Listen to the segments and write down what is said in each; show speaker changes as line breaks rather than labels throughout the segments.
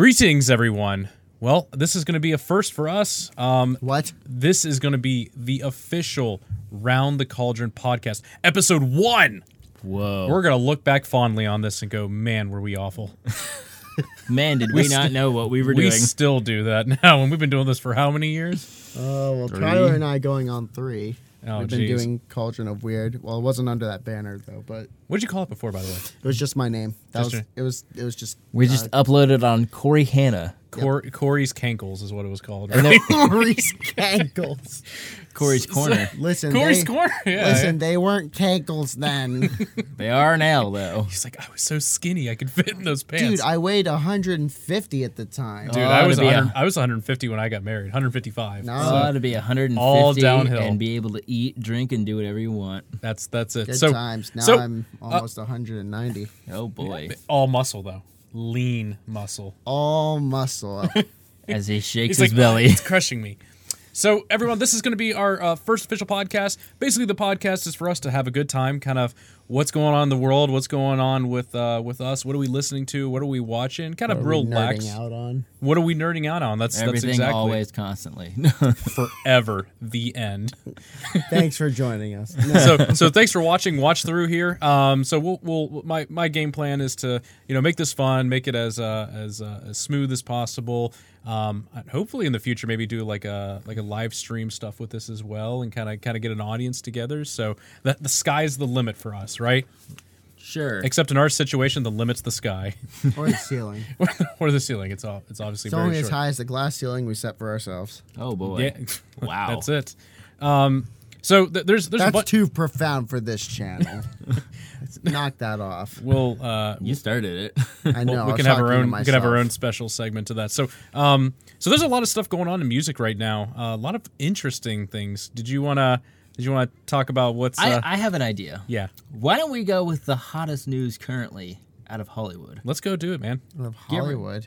Greetings, everyone. Well, this is going to be a first for us. Um,
What?
this is going to be the official Round the Cauldron podcast, episode one.
Whoa.
We're going to look back fondly on this and go, man, were we awful.
Man, did we, not know what we were
We
doing.
still do that now, and we've been doing this for how many years?
Oh well, Tyler and I going on three.
Oh,
We've been
jeez.
doing Cauldron of Weird. Well, it wasn't under that banner though, but it
What'd you call it before, by the way?
was just my name. That
Just
was
your-
it. Was it was just
we just uploaded on Corey Hanna.
Cor- Corey's Cankles is what it was called.
And
right?
then
Corey's cankles.
Corey's Corner.
Listen,
Corey's
they,
Corner. Yeah.
Listen, they weren't cankles then,
They are now, though.
He's like, I was so skinny, I could fit in those pants.
dude. I weighed 150 at the time.
Dude,
Oh,
I
to
was
be a-
100 I was 150 when I got married. 155.
No.
Oh, to be 150
Uh, all downhill.
and be able to eat, drink, and do whatever you want.
That's that's it.
Good
so
times. Now
so, uh,
I'm almost 190.
Oh boy,
all muscle though, lean muscle.
All muscle.
as he shakes
He's
his
like,
belly.
it's crushing me. So everyone, this is going to be our uh, first official podcast. Basically, the podcast is for us to have a good time, kind of what's going on in the world, what's going on with uh, with us, what are we listening to, what are we watching, kind of real lax.
Nerding out on.
What are we nerding out on? That's
Everything
that's exactly
always constantly.
forever the end.
Thanks for joining us.
so so thanks for watching watch through here um so we'll, we'll my my game plan is to you know make this fun make it as uh as uh, as smooth as possible um and hopefully in the future maybe do like a like a live stream stuff with this as well and kind of kind of get an audience together so that the sky's the limit for us right
sure.
except in our situation the limit's the sky
or the ceiling.
or the ceiling it's all it's obviously
It's
very
only as
short.
high as the glass ceiling we set for ourselves.
Oh boy.
yeah
Wow.
that's it um so th- there's there's a
That's
bu-
too profound for this channel. Let's Knock that off.
we'll uh
You started it.
I know.
Well,
I
we
was
can have our
talking to
own. We can have our
myself.
own special segment to that. So, um, so there's a lot of stuff going on in music right now. Uh, a lot of interesting things. Did you wanna? Did you wanna talk about what's? Uh,
I, I have an idea.
yeah,
Why don't we go with the hottest news currently out of Hollywood?
let's go do it, man.
of Hollywood.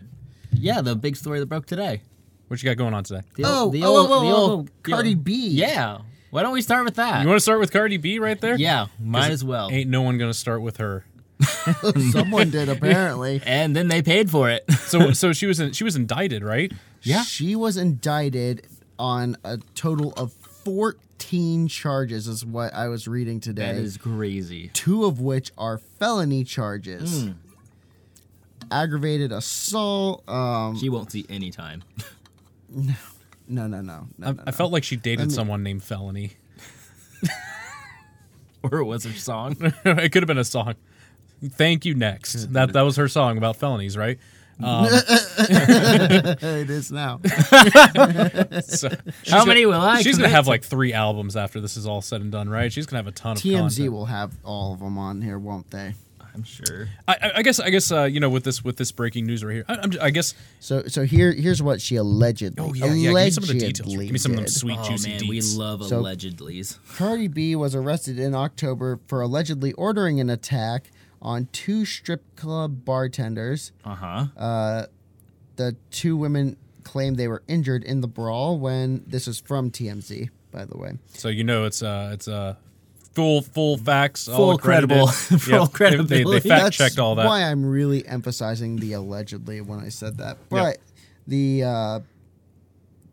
Yeah, the big story that broke today.
What you got going on today?
The
Oh, oh, oh, oh, oh, Cardi B.
Yeah. Why don't we start with that?
You want to start with Cardi B right there?
yeah, might as well.
Ain't no one gonna start with her.
Someone did apparently.
And then they paid for it.
So, so she was in, she was indicted, right?
Yeah.
She was indicted on a total of 14 charges, is what I was reading today.
that is crazy.
two of which are felony charges.
Hmm.
Aggravated assault. Um,
She won't see any time.
no, no, no, no,
I,
no,
I
no.
felt like she dated someone named Felony.
or was her song?
it could have been a song. Thank you. Next, that that was her song about felonies, right?
it is now.
So she's
How
gonna-
many will I
She's gonna
commit
have
to?
like three albums after this is all said and done, right? She's gonna have a ton of
TMZ
content.
will have all of them on here, won't they?
I'm sure.
I, I- I guess. I guess. Uh, you know, with this with this breaking news right here, I, I'm, ji guess.
So, so here, here's what she allegedly.
Oh yeah, yeah. Give me some of the details. Give me some of them
did.
sweet
oh
juicy
man,
deets.
we love
So-
allegedlys.
Cardi B was arrested in October for allegedly ordering an attack on two strip club bartenders.
Uh huh.
The two women claimed they were injured in the brawl when this is from TMZ, by the way.
so you know, it's uh, it's uh, full full facts, all
Full credible-
accredited.
full
They, they,
credibility.
fact
That's
checked all that.
Why I'm really emphasizing the allegedly when I said that, but
Yep.
the uh,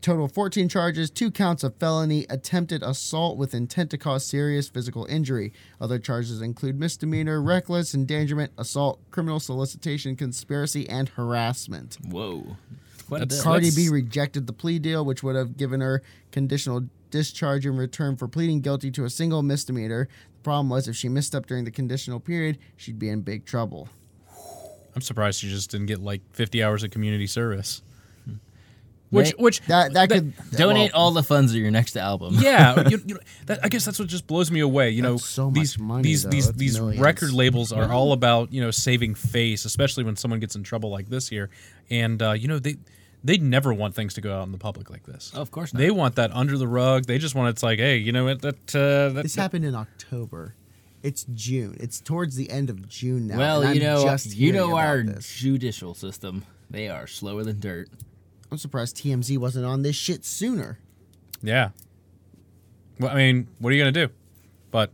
total 14 charges, two counts of felony attempted assault with intent to cause serious physical injury. Other charges include misdemeanor, reckless endangerment, assault, criminal solicitation, conspiracy, and harassment.
Whoa. It's Quite a
That's-
bit.
Cardi
let's-
B rejected the plea deal, which would have given her conditional discharge in return for pleading guilty to a single misdemeanor. The problem was if she misstepped during the conditional period, she'd be in big trouble.
I'm surprised she just didn't get like 50 hours of community service. Which
Right.
which
That that could
Donate
well,
all the funds to your next album.
yeah, you, you know, that, I guess that's what just blows me away. You know,
That's so much
these
money,
these
though.
these
That's
these
millions.
record labels are all about you know saving face, especially when someone gets in trouble like this here. And uh, you know they they never want things to go out in the public like this.
Oh, Of course not.
they want that under the rug. They just want it's like, hey, you know what? That uh, that
This happened in October. It's June. It's towards the end of June now.
well,
and
you
I'm
know,
just
you
hearing
know
about
our
This.
judicial system. They are slower than dirt.
I'm surprised TMZ wasn't on this shit sooner.
yeah. Well, I mean, what are you gonna do? But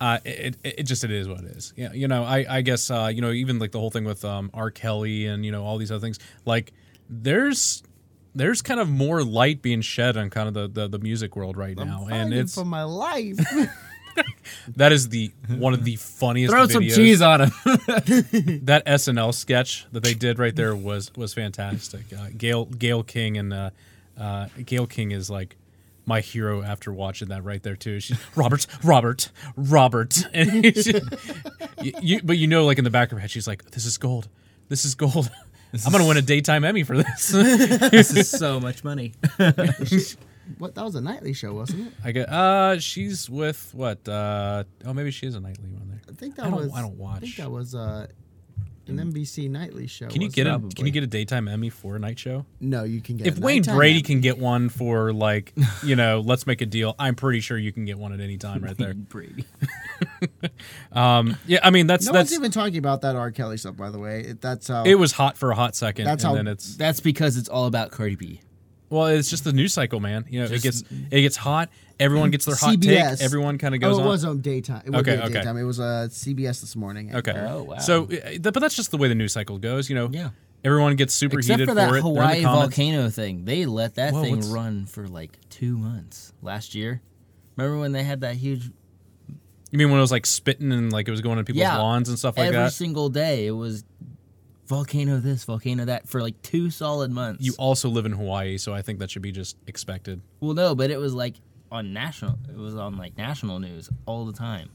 uh, it, it, it just it is what it is. Yeah, you know, I I guess uh, you know even like the whole thing with um, R. Kelly and you know all these other things. Like there's there's kind of more light being shed on kind of the the, the music world right now, and it's
for my life.
that is the one of the funniest.
Throw
videos.
some cheese on him.
That SNL sketch that they did right there was was fantastic. Uh, Gail Gail King and uh, uh, Gail King is like my hero after watching that right there too. She's Robert, Robert, Robert, and she, you, you- but you know, like in the back of her head, she's like, "This is gold. This is gold. I'm gonna win a daytime Emmy for this."
this is so much money.
what that was a nightly show, wasn't it?
I get. Uh, she's with what? Uh, oh, maybe she is a nightly one there.
I think that
I don't-
was.
I don't
I think
watch.
that was uh, an NBC nightly show.
Can you
wasn't
get
it?
a Can
probably.
you get a daytime Emmy for a night show?
No, you can get.
if
a
Wayne
nighttime
Brady
app.
can get one for like, you know, let's make a deal. I'm pretty sure you can get one at any time, right there.
Brady.
Um, yeah, I mean that's
no
that's
one's even talking about that R. Kelly stuff, by the way. It- That's uh, how.
it was hot for a hot second,
That's
and
how-
then it's
That's because it's all about Cardi B.
well, it's just the news cycle, man. You know, it gets
Just-
it gets hot. Everyone gets their hot
CBS.
take. Everyone kind of
oh,
goes
it
on.
was on daytime. It was
Okay,
okay,
okay.
daytime. It was uh, CBS this morning.
Okay.
Oh, wow.
So, uh, th- but that's just the way the news cycle goes. You know.
Yeah.
Everyone gets super
Except
heated
for that
it. They're in the
Hawaii
comments.
volcano thing. They let that
Whoa,
thing
what's-
run for like two months last year. Remember when they had that huge
You mean when it was like spitting and like it was going on people's
Yeah.
lawns and stuff like
every
that?
single day it was volcano this, volcano that for like two solid months.
You also live in Hawaii, so I think that should be just expected.
well no, but it was like on national it was on like national news all the time.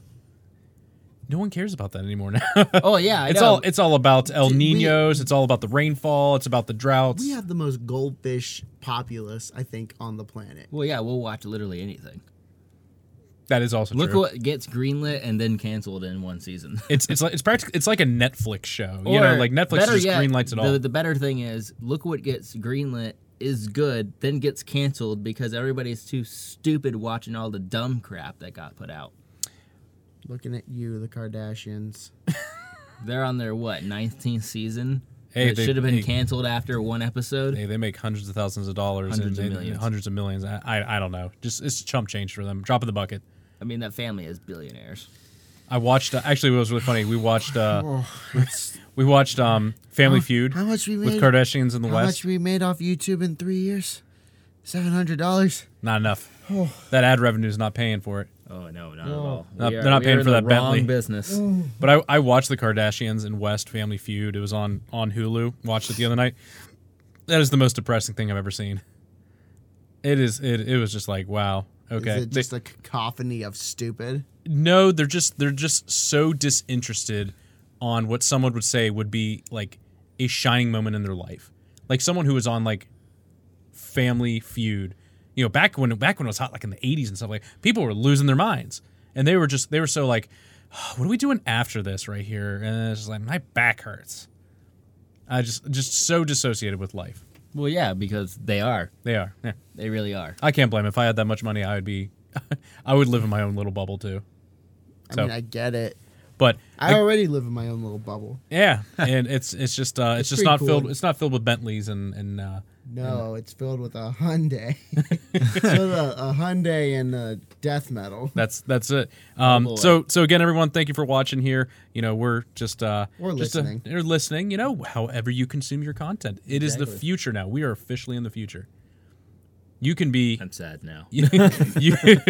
No one cares about that anymore now.
Oh yeah, I
it's
know.
all it's all about El
Did we-
Ninos. it's all about the rainfall. It's about the droughts.
uh,
We have the most goldfish populace, I think, on the planet.
well yeah, we'll watch literally anything.
that is also
Look
true.
what gets greenlit and then canceled in one season.
it's it's like it's practically it's like a Netflix show. you know,
Or
like Netflix
better
just
yet,
green lights it
the,
all.
The better thing is, look what gets greenlit is good, then gets canceled because everybody's too stupid watching all the dumb crap that got put out.
Looking at you, the Kardashians.
They're on their what nineteenth season.
Hey,
it
they-
should have been
hey.
canceled after one episode.
They, they make hundreds of thousands of dollars
Hundreds of
and they-
millions.
hundreds of millions. I, I I don't know. Just it's chump change for them. Drop in the bucket.
I mean, that family is billionaires.
I watched uh, actually it was really funny. We watched uh
Oh, that's
we watched um Family Feud
how much we
with
made-
Kardashians in the
how
West.
much we made off YouTube in three years. Seven hundred dollars.
Not enough. That ad revenue is not paying for it.
Oh no, not
No.
at all.
Not-
We
they're not
we
paying
in
for
the
that
wrong
Bentley.
business.
But I, I watched the Kardashians and West Family Feud. It was on on Hulu. Watched it the other night. That is the most depressing thing I've ever seen. It is. It it was just like wow. Okay.
Is it
They-
just a cacophony of stupid?
no, they're just they're just so disinterested on what someone would say would be like a shining moment in their life. Like someone who was on like Family Feud. You know, back when back when it was hot, like in the '80s and stuff like, people were losing their minds, and they were just they were so like, "What are we doing after this right here?" And it's just like my back hurts. I just just so dissociated with life.
Well, yeah, because they are.
They are. Yeah.
They really are.
I can't blame. 'em. If I had that much money, I would be, I would live in my own little bubble too.
I
So-
mean, I get it.
But
I, already live in my own little bubble.
yeah, and it's it's just uh, it's,
It's
just
pretty
not
cool.
filled. It's not filled with Bentleys and and uh,
No, it's filled with a Hyundai. it's filled with a, a Hyundai and uh death metal
that's that's it. Um,
boy.
so so again, everyone, thank you for watching here. You know, we're just uh,
Or
just
listening.
A, or listening. You know, however you consume your content, it is the
Exactly.
future now. We are officially in the future. You can be
I'm sad now.
you, you-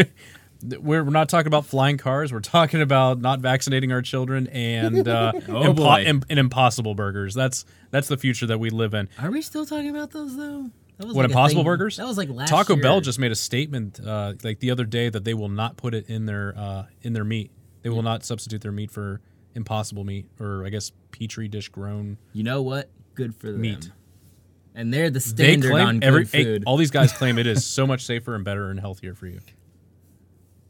we're, we're not talking about flying cars. We're talking about not vaccinating our children and uh,
Oh,
impo-
boy.
im- and impossible burgers. That's that's the future that we live in.
Are we still talking about those though? That was
What
like a
Impossible
thing-
Burgers?
That was like last
Taco
year.
Bell just made a statement uh, like the other day that they will not put it in their uh, in their meat. They will not substitute their meat for impossible meat or I guess petri dish grown
You know what? Good for them.
meat.
And they're the
They
standard on
claim
good
every eh,
food.
all these guys claim it is so much safer and better and healthier for you.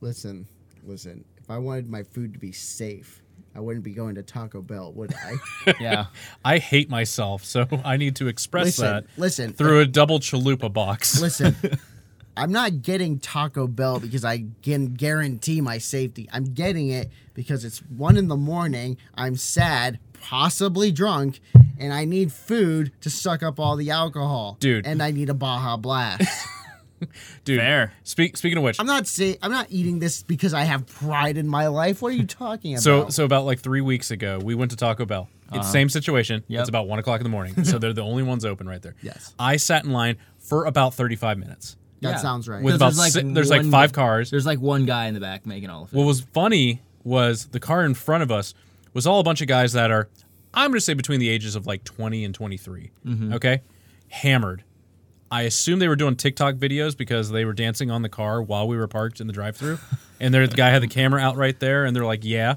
Listen, listen. If I wanted my food to be safe, I wouldn't be going to Taco Bell, would I?
yeah.
I hate myself, so I need to express
listen,
that
listen, uh,
through a double chalupa box.
listen. I'm not getting Taco Bell because I can guarantee my safety. I'm getting it because it's one in the morning. I'm sad, possibly drunk, and I need food to suck up all the alcohol.
Dude.
And I need a Baja Blast.
Dude,
Fair.
Speak, speaking of which,
I'm not saying I'm not eating this because I have pride in my life. What are you talking about?
So so about like three weeks ago, we went to Taco Bell. It's same situation.
Yep.
It's about one o'clock in the morning, so they're the only ones open right there.
Yes.
I sat in line for about thirty five minutes.
that
Yeah.
sounds right.
With
Because
about si- there's like five cars.
There's like one guy in the back making all of it.
What was funny was the car in front of us was all a bunch of guys that are, I'm going to say between the ages of like 20 and 23. Okay, hammered. I assume they were doing TikTok videos because they were dancing on the car while we were parked in the drive-through, and there the guy had the camera out right there, and they're like, "Yeah,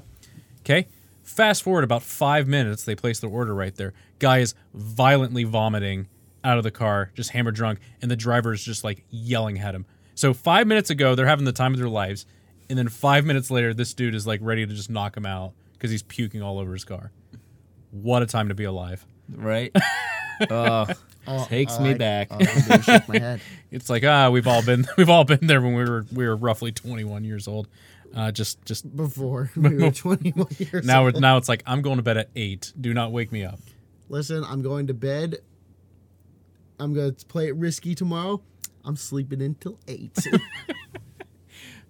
okay." Fast forward about five minutes, they place their order right there. Guy is violently vomiting out of the car, just hammered drunk, and the driver is just like yelling at him. So five minutes ago, they're having the time of their lives, and then five minutes later, this dude is like ready to just knock him out because he's puking all over his car. What a time to be alive!
Right? oh,
Oh,
takes
oh,
me
I-
back.
oh, I'm gonna shake my head.
It's like ah, we've all been we've all been there when we were we were roughly 21 years old. Uh, just just
Before we were 21 years
now
old.
we're, now it's like I'm going to bed at eight. Do not wake me up.
Listen, I'm going to bed. I'm going to play it risky tomorrow. I'm sleeping until 8.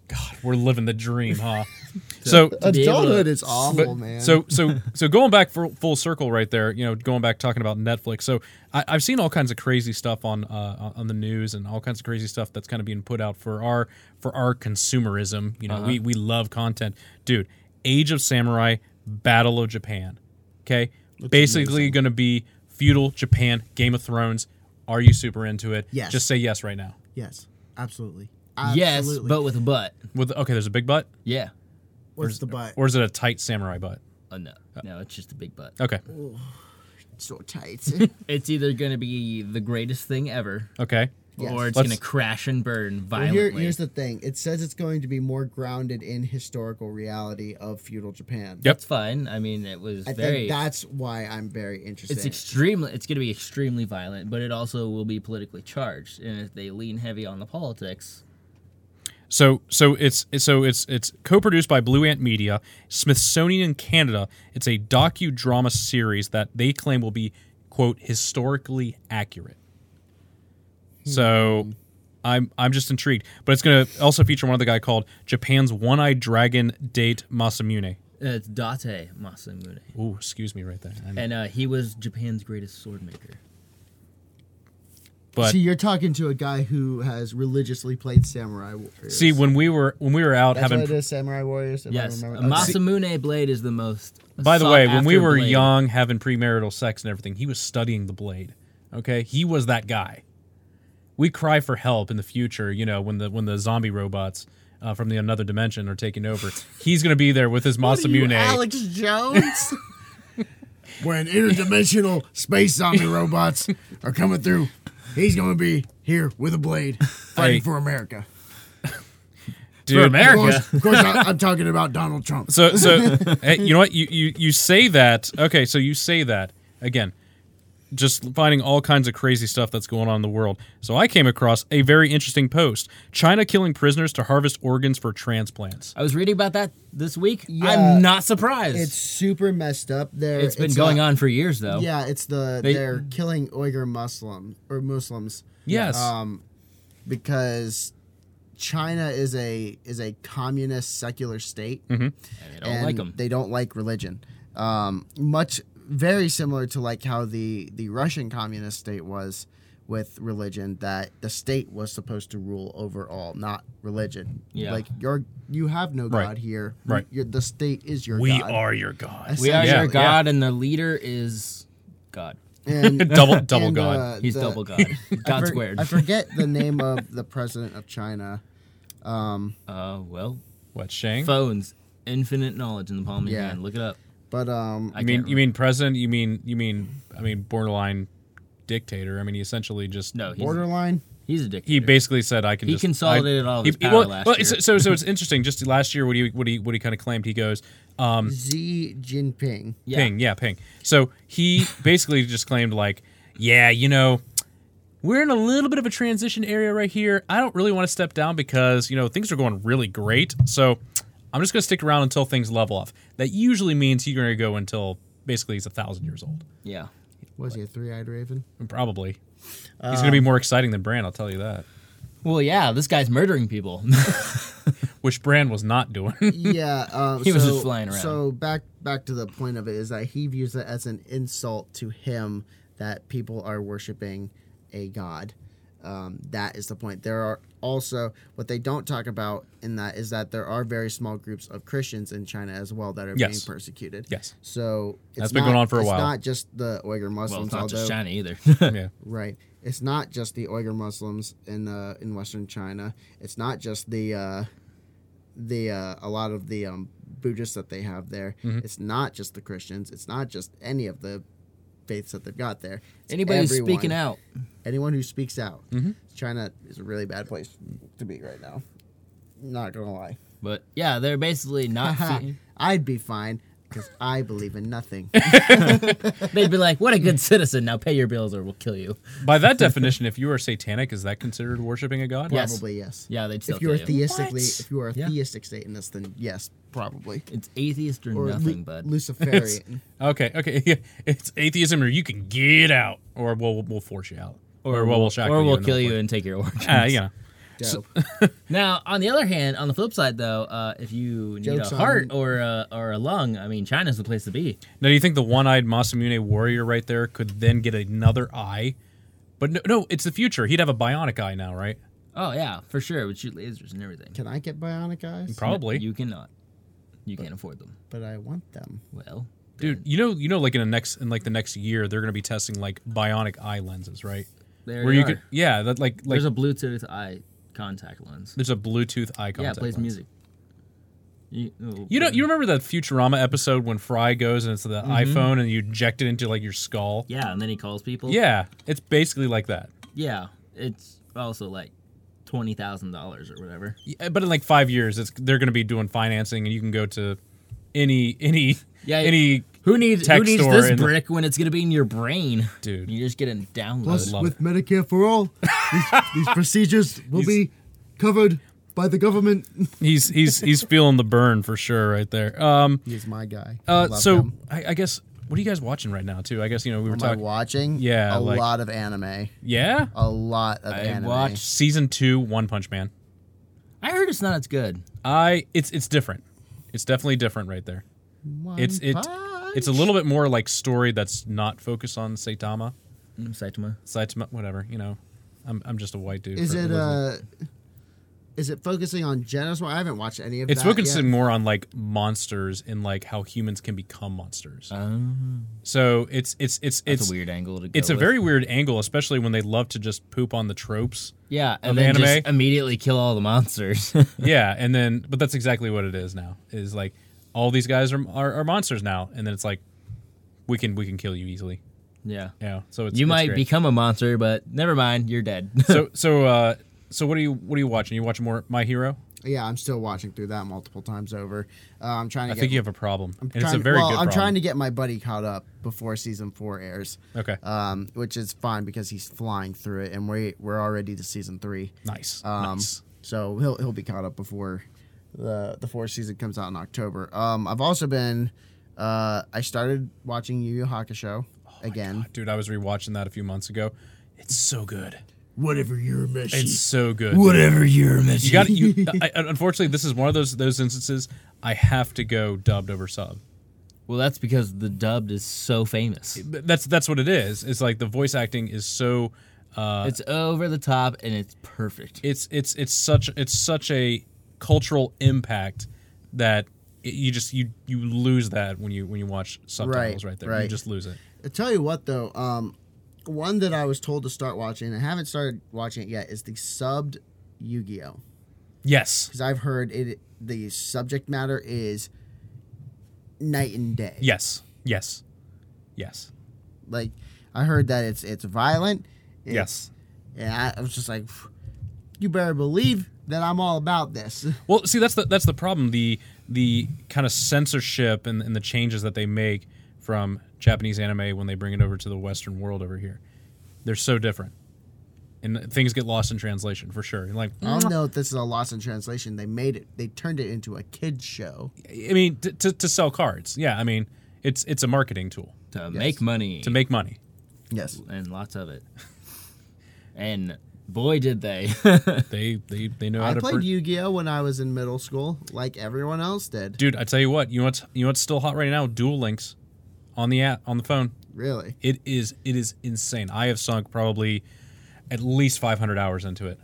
God, we're living the dream, huh? so
be able
Adulthood
to-
is
but-
awful, man.
so so so going back for full circle right there. You know, going back talking about Netflix. So I, I've seen all kinds of crazy stuff on uh, on the news and all kinds of crazy stuff that's kind of being put out for our for our consumerism. You know, we
Uh-huh.
we love content, dude. Age of Samurai, Battle of Japan. Okay, basically going to be feudal Japan, Game of Thrones. Are you super into it?
Yes.
Just say yes right now.
yes, absolutely.
yes,
absolutely.
but with a butt.
With okay, there's a big butt,
Yeah.
Where's the butt?
or is it a tight samurai butt?
Oh, no. No, it's just a big butt.
Okay.
so tight.
It's either going to be the greatest thing ever,
Okay.
Yes.
or it's
Let's-
going to crash and burn
Well,
violently.
here, here's the thing. It says it's going to be more grounded in historical reality of feudal Japan.
Yep.
That's fine. I mean, it was
I
very.
think that's why I'm very interested.
it's extremely. It's going to be extremely violent, but it also will be politically charged. And if they lean heavy on the politics,
So so it's so it's it's co-produced by Blue Ant Media, Smithsonian Canada. It's a docudrama series that they claim will be quote historically accurate.
Hmm.
So I'm I'm just intrigued, but it's going to also feature one other guy called Japan's One-Eyed Dragon Date Masamune.
uh, it's Date Masamune,
Hmm.
Ooh, excuse me right there. I know.
and uh, he was Japan's greatest sword maker.
But
See, you're talking to a guy who has religiously played samurai warriors.
see when we were when we were out
that's
having
what it is, samurai warriors. If
Yes,
I
a
remember. Okay.
Masamune blade is the most.
By the way, when we
sought-after
were
blade.
young, having premarital sex and everything, he was studying the blade. Okay, he was that guy. We cry for help in the future. You know, when the when the zombie robots uh, from the another dimension are taking over, he's gonna be there with his
What are you,
Masamune.
Alex Jones. We're an interdimensional space zombie robots are coming through. He's going to be here with a blade, fighting
Hey.
for America.
Dude,
For
Of
America.
course, of course I, I'm talking about Donald Trump.
So so hey, you know what you, you you say that okay so you say that again just finding all kinds of crazy stuff that's going on in the world. So I came across a very interesting post. China killing prisoners to harvest organs for transplants.
I was reading about that this week.
Yeah.
I'm not surprised. It's,
super messed up. There,
it's been going on for years, though.
Yeah, it's the
They-
they're killing Uyghur Muslim or Muslims.
Yes.
Um, because China is a is a communist secular state.
I don't like them.
They don't like religion. Um, much very similar to like how the the Russian communist state was with religion that the state was supposed to rule over all, not religion.
Yeah.
Like you're you have no
Right.
god here.
Right.
You're, the state is your
we
god.
are your god.
We are
Yeah.
your
Yeah.
God, and the leader is God.
And
double double
and,
god.
uh,
He's
the-
double God. God
I for-
squared.
I forget the name of the president of China.
uh, well,
what Shang?
phones, infinite knowledge in the palm of your
Yeah.
hand. Look it up.
But um,
I
You mean
can't
you mean president? You mean you mean I mean borderline dictator? I mean he essentially just
No, he's,
borderline.
he's a dictator.
He basically said I can.
He
just,
consolidated
I,
all of
he-
his
he-
power
well,
last
well,
year.
it's- So so it's interesting. Just last year, what he what he what he kind of claimed, he goes, um,
Xi Jinping.
Mm. yeah.
ping, yeah, ping. So he basically just claimed like, yeah, you know. We're in a little bit of a transition area right here. I don't really want to step down because, you know, things are going really great. So I'm just going to stick around until things level off. That usually means you're going to go until basically he's a thousand years old.
Yeah.
Was he a three-eyed raven?
Um,
Probably. He's going to be more exciting than Bran, I'll tell you that.
Well, yeah, this guy's murdering people.
which Brand was not doing.
yeah, uh,
He
so,
was just flying around.
So back back to the point of it is that he views it as an insult to him that people are worshiping a god. Um, that is the point. There are also what they don't talk about in that is that there are very small groups of Christians in China as well that are being
Yes.
persecuted.
yes.
So it's
That's been
not-
going on for a
it's
while.
Not just the Uyghur
well,
Muslims,
it's not
although
just China either.
Yeah.
Right. It's not just the Uyghur Muslims in uh, in Western China. It's not just the uh, the uh, a lot of the um, Buddhists that they have there.
Mm-hmm.
It's not just the Christians. It's not just any of the faiths that they've got there. It's
Anybody who's
everyone.
speaking out. Mm-hmm.
Anyone who speaks out. China is a really bad place to be right now. Not gonna lie.
But yeah, they're basically not. fe-
I'd be fine because I believe in nothing.
They'd be like, "What a good citizen! Now pay your bills, or we'll kill you."
By that definition, if you are satanic, is that considered worshiping a god?
Yes.
Probably yes.
Yeah, they'd still
If you're
kill you.
theistically,
What?
if you are a
Yeah.
theistic Satanist, then yes, probably.
It's atheist or,
Lu-
nothing, bud.
Luciferian.
Okay. Okay. Yeah. It's atheism, or you can get out, or we'll we'll force you out, or, well, we'll shackle
or
you
we'll
and
kill
they'll
you
force-
and take your organs.
Ah, yeah.
Dope.
Now, on the other hand, on the flip side, though, uh, if you need
Joke's
a
on-
heart or a, or a lung, I mean, China's the place to be.
Now, do you think the one-eyed Masamune warrior right there could then get another eye? But no, no, it's the future. He'd have a bionic eye now, right?
Oh yeah, for sure. It would shoot lasers and everything.
Can I get bionic eyes?
Probably,
You cannot. You can't afford them.
But I want them.
Well,
dude. You know, you know, like in the next in like the next year, they're going to be testing like bionic eye lenses, right?
there
Where
you
you
are.
could, yeah, that like like
There's a Bluetooth eye contact lens.
there's a Bluetooth eye
yeah, it
contact.
plays
lens.
music. You, oh,
You know, you remember that Futurama episode when Fry goes and it's the
Mm-hmm.
iPhone and you inject it into like your skull?
Yeah, and then he calls people.
Yeah, it's basically like that.
Yeah, it's also like twenty thousand dollars or whatever.
Yeah, But in like five years, it's they're going to be doing financing, and you can go to any any
Yeah,
any
Who needs who
Text
needs
or
this
in the-
brick when it's gonna be in your brain?
dude.
You just get it downloaded.
I
Plus,
love
with Medicare for all, these, these procedures will be covered by the government.
He's he's he's feeling the burn for sure right there. Um,
He's my guy. I
uh,
love
so
him.
I, I guess what are you guys watching right now too? I guess you know we were
am I
talking.
watching?
Yeah,
a
like-
lot of anime.
Yeah,
A lot of anime.
watched-
season two, One Punch Man.
I heard it's not as good.
I it's it's different. It's definitely different right there.
One
It's it
Punch.
it's a little bit more like story that's not focused on Saitama.
Mm, Saitama.
Saitama, whatever you know. I'm, I'm just a white dude.
Is
for-
it
for-
uh? Is it focusing on Genos? I haven't watched any of
It's
that yet.
focusing more on like monsters and like how humans can become monsters.
Um,
so it's it's it's
that's
it's
a weird angle to go.
it's a
with.
very weird angle, especially when they love to just poop on the tropes.
yeah, and
of
then just
anime.
immediately kill all the monsters.
yeah, and then but that's exactly what it is now. Is like all these guys are, are are monsters now, and then it's like we can we can kill you easily.
yeah,
Yeah, so it's
you
it's
might
great.
become a monster, but never mind, you're dead.
so so uh so what are you what are you watching? You watching more My Hero?
Yeah, I'm still watching through that multiple times over. Uh, I'm trying to
I
get.
think you have a problem, and
trying
it's a
to-
very
well,
good.
I'm
problem.
trying to get my buddy caught up before season four airs.
Okay,
Uh,
um, which is fine because he's flying through it, and we we're already to season three.
nice,
Um,
nice.
So he'll he'll be caught up before the the fourth season comes out in October. Um, I've also been uh, I started watching Yu Yu Hakusho
Oh
again.
Dude, I was rewatching that a few months ago. It's so good.
Whatever you're missing,
It's so good.
Whatever you're imagining.
You got you. I, unfortunately, this is one of those those instances I have to go dubbed over sub.
Well, that's because the dubbed is so famous.
But That's that's what it is. It's like the voice acting is so. Uh,
It's over the top and it's perfect.
it's it's it's such it's such a cultural impact that it, you just you you lose that when you when you watch subtitles right,
Right,
there. You
right.
just lose it.
I tell you what though, um, one that I was told to start watching, and I haven't started watching it yet, is the subbed Yu Gi Oh.
Yes.
Because I've heard it, the subject matter is night and day.
Yes. Yes. Yes.
Like I heard that it's it's violent. It's,
Yes.
And I, I was just like, you better believe that I'm all about this.
Well, see, that's the that's the problem. The the kind of censorship and, and the changes that they make from Japanese anime when they bring it over to the Western world over here, they're so different, and things get lost in translation for sure. And like,
I
Mm.
don't know if this is a loss in translation. They made it. They turned it into a kids show.
I mean, to, to, to sell cards, yeah. I mean, it's it's a marketing tool
To make money.
to make money.
Yes.
and lots of it. And Boy, did they.
They they they know how
I
to.
played
pro-
Yu-Gi-Oh when I was in middle school, like everyone else did.
Dude, I tell you what, you know what's you know what's still hot right now? Dual Links, on the app on the phone.
Really?
It is it is insane. I have sunk probably at least 500 hours into it.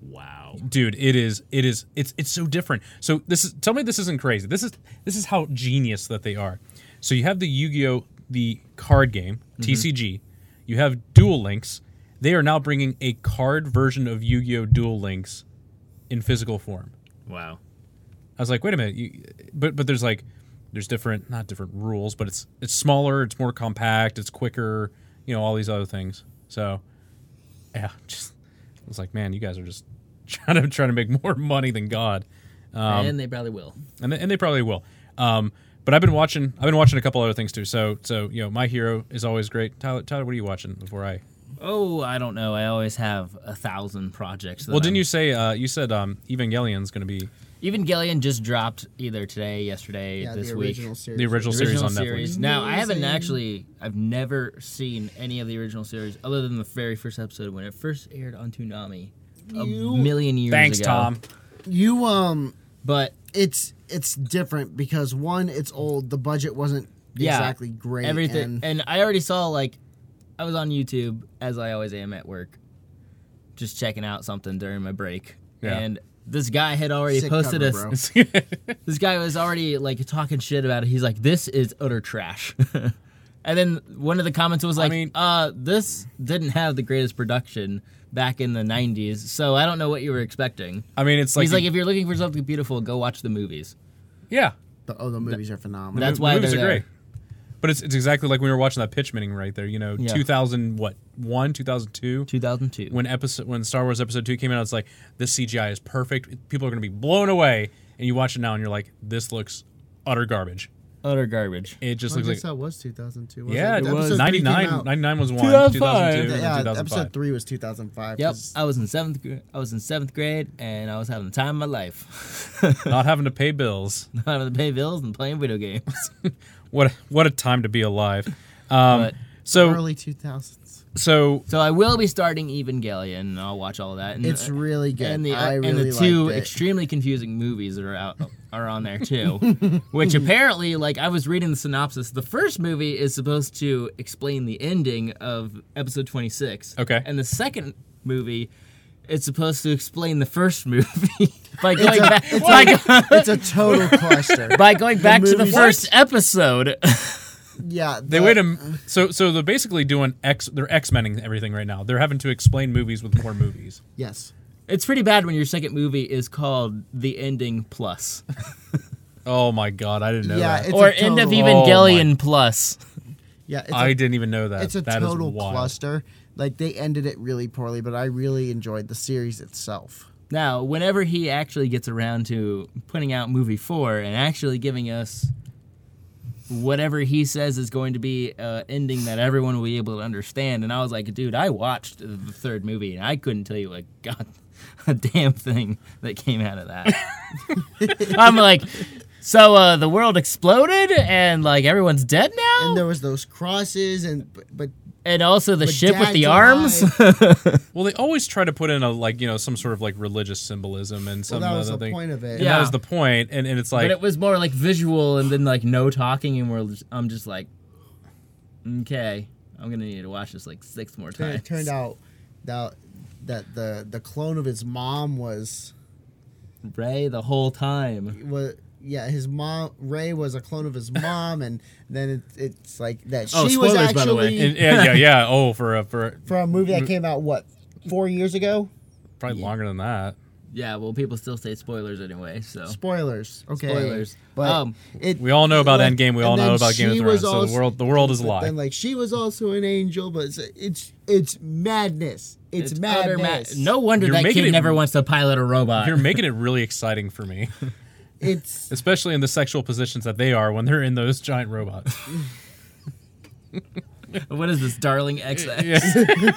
wow.
Dude, it is it is it's it's so different. So this is tell me this isn't crazy. This is this is how genius that they are. So you have the Yu-Gi-Oh the card game, TCG. You have Dual Links. They are now bringing a card version of Yu-Gi-Oh Dual Links in physical form.
Wow.
I was like, wait a minute, you, but but there's like there's different not different rules, but it's it's smaller, it's more compact, it's quicker, you know, all these other things. So yeah, just I was like, man, you guys are just trying to trying to make more money than God, um,
and they probably will.
and they, and they probably will. Um, but I've been watching I've been watching a couple other things too. So so you know, my hero is always great. Tyler Tyler, what are you watching before I?
Oh, I don't know. I always have a thousand projects. That
Well, didn't
I'm-
you say uh, you said um, Evangelion's going to be
Evangelion just dropped either today, yesterday,
Yeah,
this
the
week.
original series.
the original, series
original
on Netflix?
series. Now, I haven't
Amazing.
actually, I've never seen any of the original series other than the very first episode when it first aired on Toonami a
You-
million years
Thanks,
ago.
Tom.
You um,
But
it's it's different because one, it's old. The budget wasn't
Yeah,
exactly great.
everything,
and-
and I already saw, like, I was on YouTube, as I always am at work, just checking out something during my break.
Yeah.
And this guy had already
Sick
posted
cover,
a
bro.
this guy was already like talking shit about it. He's like, "This is utter trash." and then one of the comments was like,
mean-
"Uh, this didn't have the greatest production back in the '90s, so I don't know what you were expecting."
I mean, it's like,
He's like, "If you're looking for something beautiful, go watch the movies."
yeah,
the, oh, the movies are phenomenal.
that's
The
why
movies
they're
are
there.
great. But it's, it's exactly like when we were watching that pitch meeting right there. You know,
Yeah.
two thousand what one, two thousand two,
2002.
when episode when Star Wars Episode Two came out, it's like this CGI is perfect. People are going to be blown away, and you watch it now, and you're like, this looks utter garbage.
utter garbage.
It just
Well, I
looks
guess
like
that was 2002. Wasn't
yeah,
it Episode three came
99,
out.
99 was one,
2005.
2002,
Yeah,
and
yeah,
2005.
episode three was 2005.
Yep,
'cause
I was in seventh. gr- I was in seventh grade, and I was having the time of my life,
Not having to pay bills.
having to pay bills and playing video games.
What a- what a time to be alive. Um,
But-
so
early 2000s.
so
so I will be starting Evangelion, and I'll watch all that. And
It's really good.
and the
I really
and the two
liked it.
extremely confusing movies are out are on there too, which apparently, like I was reading the synopsis, the first movie is supposed to explain the ending of episode twenty six.
Okay.
and the second movie. is supposed to explain the first movie by going back, by, go-
it's a total cluster.
by going back to the
movie's-
first episode.
yeah,
They
the-
wait a m- so so they're basically doing X. They're X mening everything right now. They're having to explain movies with more movies.
Yes.
it's pretty bad when your second movie is called the ending plus
Oh my god, I didn't know
yeah,
that.
it's
or
a total,
end of
even- Oh
Evangelion plus.
Yeah, it's a
I didn't even know that.
it's a
That is
total
wild.
cluster. Like they ended it really poorly, but I really enjoyed the series itself.
Now, whenever he actually gets around to putting out movie four and actually giving us whatever he says is going to be uh, ending that everyone will be able to understand, and I was like, dude, I watched the third movie and I couldn't tell you a god a damn thing that came out of that. I'm like, so uh, the world exploded and like everyone's dead now,
And
and,
there was those crosses, and but, but
also the
but
ship
Dad's
with the arms.
Well, they always try to put in a like you know some sort of like religious symbolism and
well,
some
that was
other
the
thing.
point of it.
And
Yeah.
that was the point, and, and it's like
but it was more like visual and then like no talking and we're just, i'm just like okay i'm gonna need to watch this like six more
Tur-
times
It turned out that that the the clone of his mom was
ray the whole time
was. Yeah, his mom Ray was a clone of his mom, and then it, it's like that she
Oh,
was
spoilers, by the way.
actually
and- Mm. yeah, yeah, yeah. Oh, for a, for a-
for a movie that came out what four years ago.
probably longer than that.
yeah well people still say spoilers anyway so
Spoilers, okay.
Spoilers.
But
Um,
it,
Oh. We all know about
like,
Endgame. We
and
all know
then
about Game of
she
Thrones.
was
So the
also-
world the world is a
but
lie.
Then like she was also an angel, but it's it's, it's madness. It's,
utter ma-
madness.
no wonder
You're
that
making
kid
it-
never wants to pilot a robot
You're making it really exciting for me,
it's
especially in the sexual positions that they are when they're in those giant robots.
what is this darling xx
Yeah.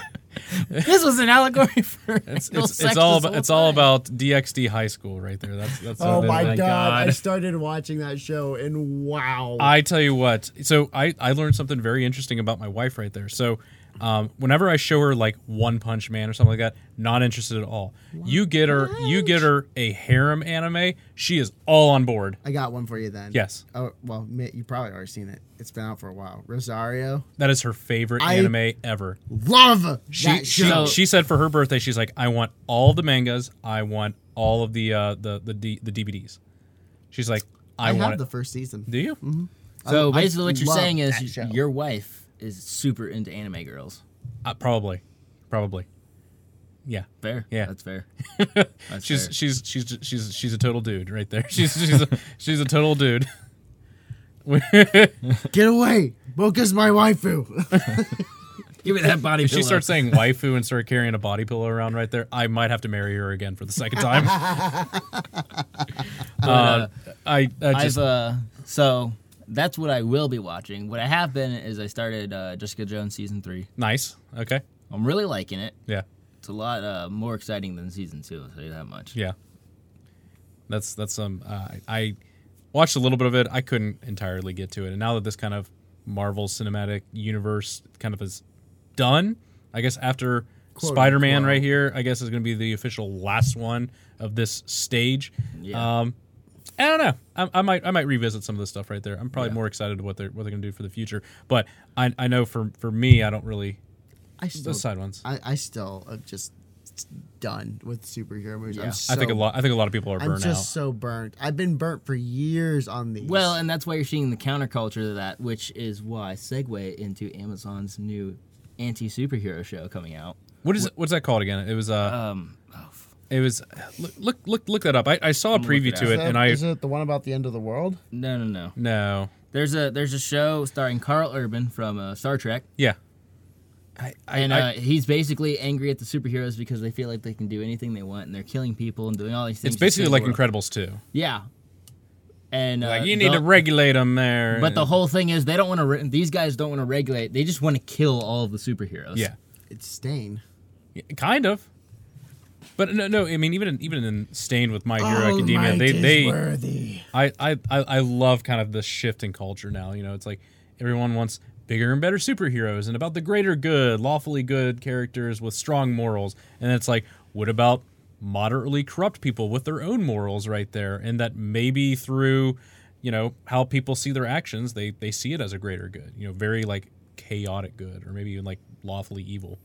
this was an allegory for
It's, it's, it's all about, it's all about DxD High School right there. That's that's
oh
what it
my
is.
god. I
God.
started watching that show and wow.
I tell you what. So I I learned something very interesting about my wife right there. So Um, whenever I show her like One Punch Man or something like that, not interested at all. you get her, you get her a harem anime. She is all on board.
I got one for you then.
Yes.
Oh well, ma- you probably already seen it. It's been out for a while. Rosario,
That is her favorite
I-
anime ever.
love
She
that
she,
show.
she said for her birthday, she's like, I want all the mangas. I want all of the uh, the the D, the DVDs. She's like, I,
I,
want
have
it.
the first season.
Do you?
So
I
basically, what you're
love
saying
that
is
show.
y- your wife is super into anime girls.
Uh, probably, probably. Yeah,
Fair.
Yeah.
that's fair. That's
she's
fair.
she's she's she's she's a total dude right there. She's she's a, she's a total dude.
Get away, Boca's my waifu.
give me that body.
If she starts saying waifu and start carrying a body pillow around right there, I might have to marry her again for the second time. uh, I, I just
I've uh, so that's what I will be watching. What I have been is I started uh, Jessica Jones season three.
nice. Okay.
I'm really liking it.
Yeah.
It's a lot uh, more exciting than season two. I'll tell you that much.
Yeah. That's that's um uh, I watched a little bit of it. I couldn't entirely get to it. And now that this kind of Marvel Cinematic Universe kind of is done, I guess after
Quote,
Spider-Man
unquote.
right here, I guess is going to be the official last one of this stage.
Yeah.
Um I don't know. I, I might I might revisit some of this stuff right there. I'm probably
Yeah.
more excited to what they're what they're going to do for the future. But I I know for for me, I don't really
I still,
those side ones. I,
I, I still am just done with superhero movies.
Yeah. I
I'm so,
think a lot I think a lot of people are
I'm
burnt
just
out.
so burnt. I've been burnt for years on these.
Well, and that's why you're seeing the counterculture to that, which is why segue into Amazon's new anti superhero show coming out.
What is it, what's that called again? It was uh
Um, oh, f-
It was look look look, look that up. I, I saw a preview
it
to it,
Is that-
and I
is it the one about the end of the world?
no, no, no.
no
There's a there's a show starring Carl Urban from uh, Star Trek,
yeah. I I,
and uh,
I
he's basically angry at the superheroes because they feel like they can do anything they want and they're killing people and doing all these things.
it's
to save
basically
the
like
world.
Incredibles too.
Yeah, and uh,
Like you need
the-
to regulate them there.
But the whole thing is they don't want to. Re- these guys don't want to regulate. They just want to kill all of the superheroes.
yeah,
It's Stain.
Yeah, kind of. But no, no. I mean, even in, even in Stained with My Hero
Almighty
Academia, they
Oh, is
they
worthy.
I, I I I love kind of the shift in culture now. You know, it's like everyone wants bigger and better superheroes and about the greater good, lawfully good characters with strong morals. And it's like, what about moderately corrupt people with their own morals right there? And that maybe through, you know, how people see their actions, they they see it as a greater good. You know, very like chaotic good or maybe even like lawfully evil.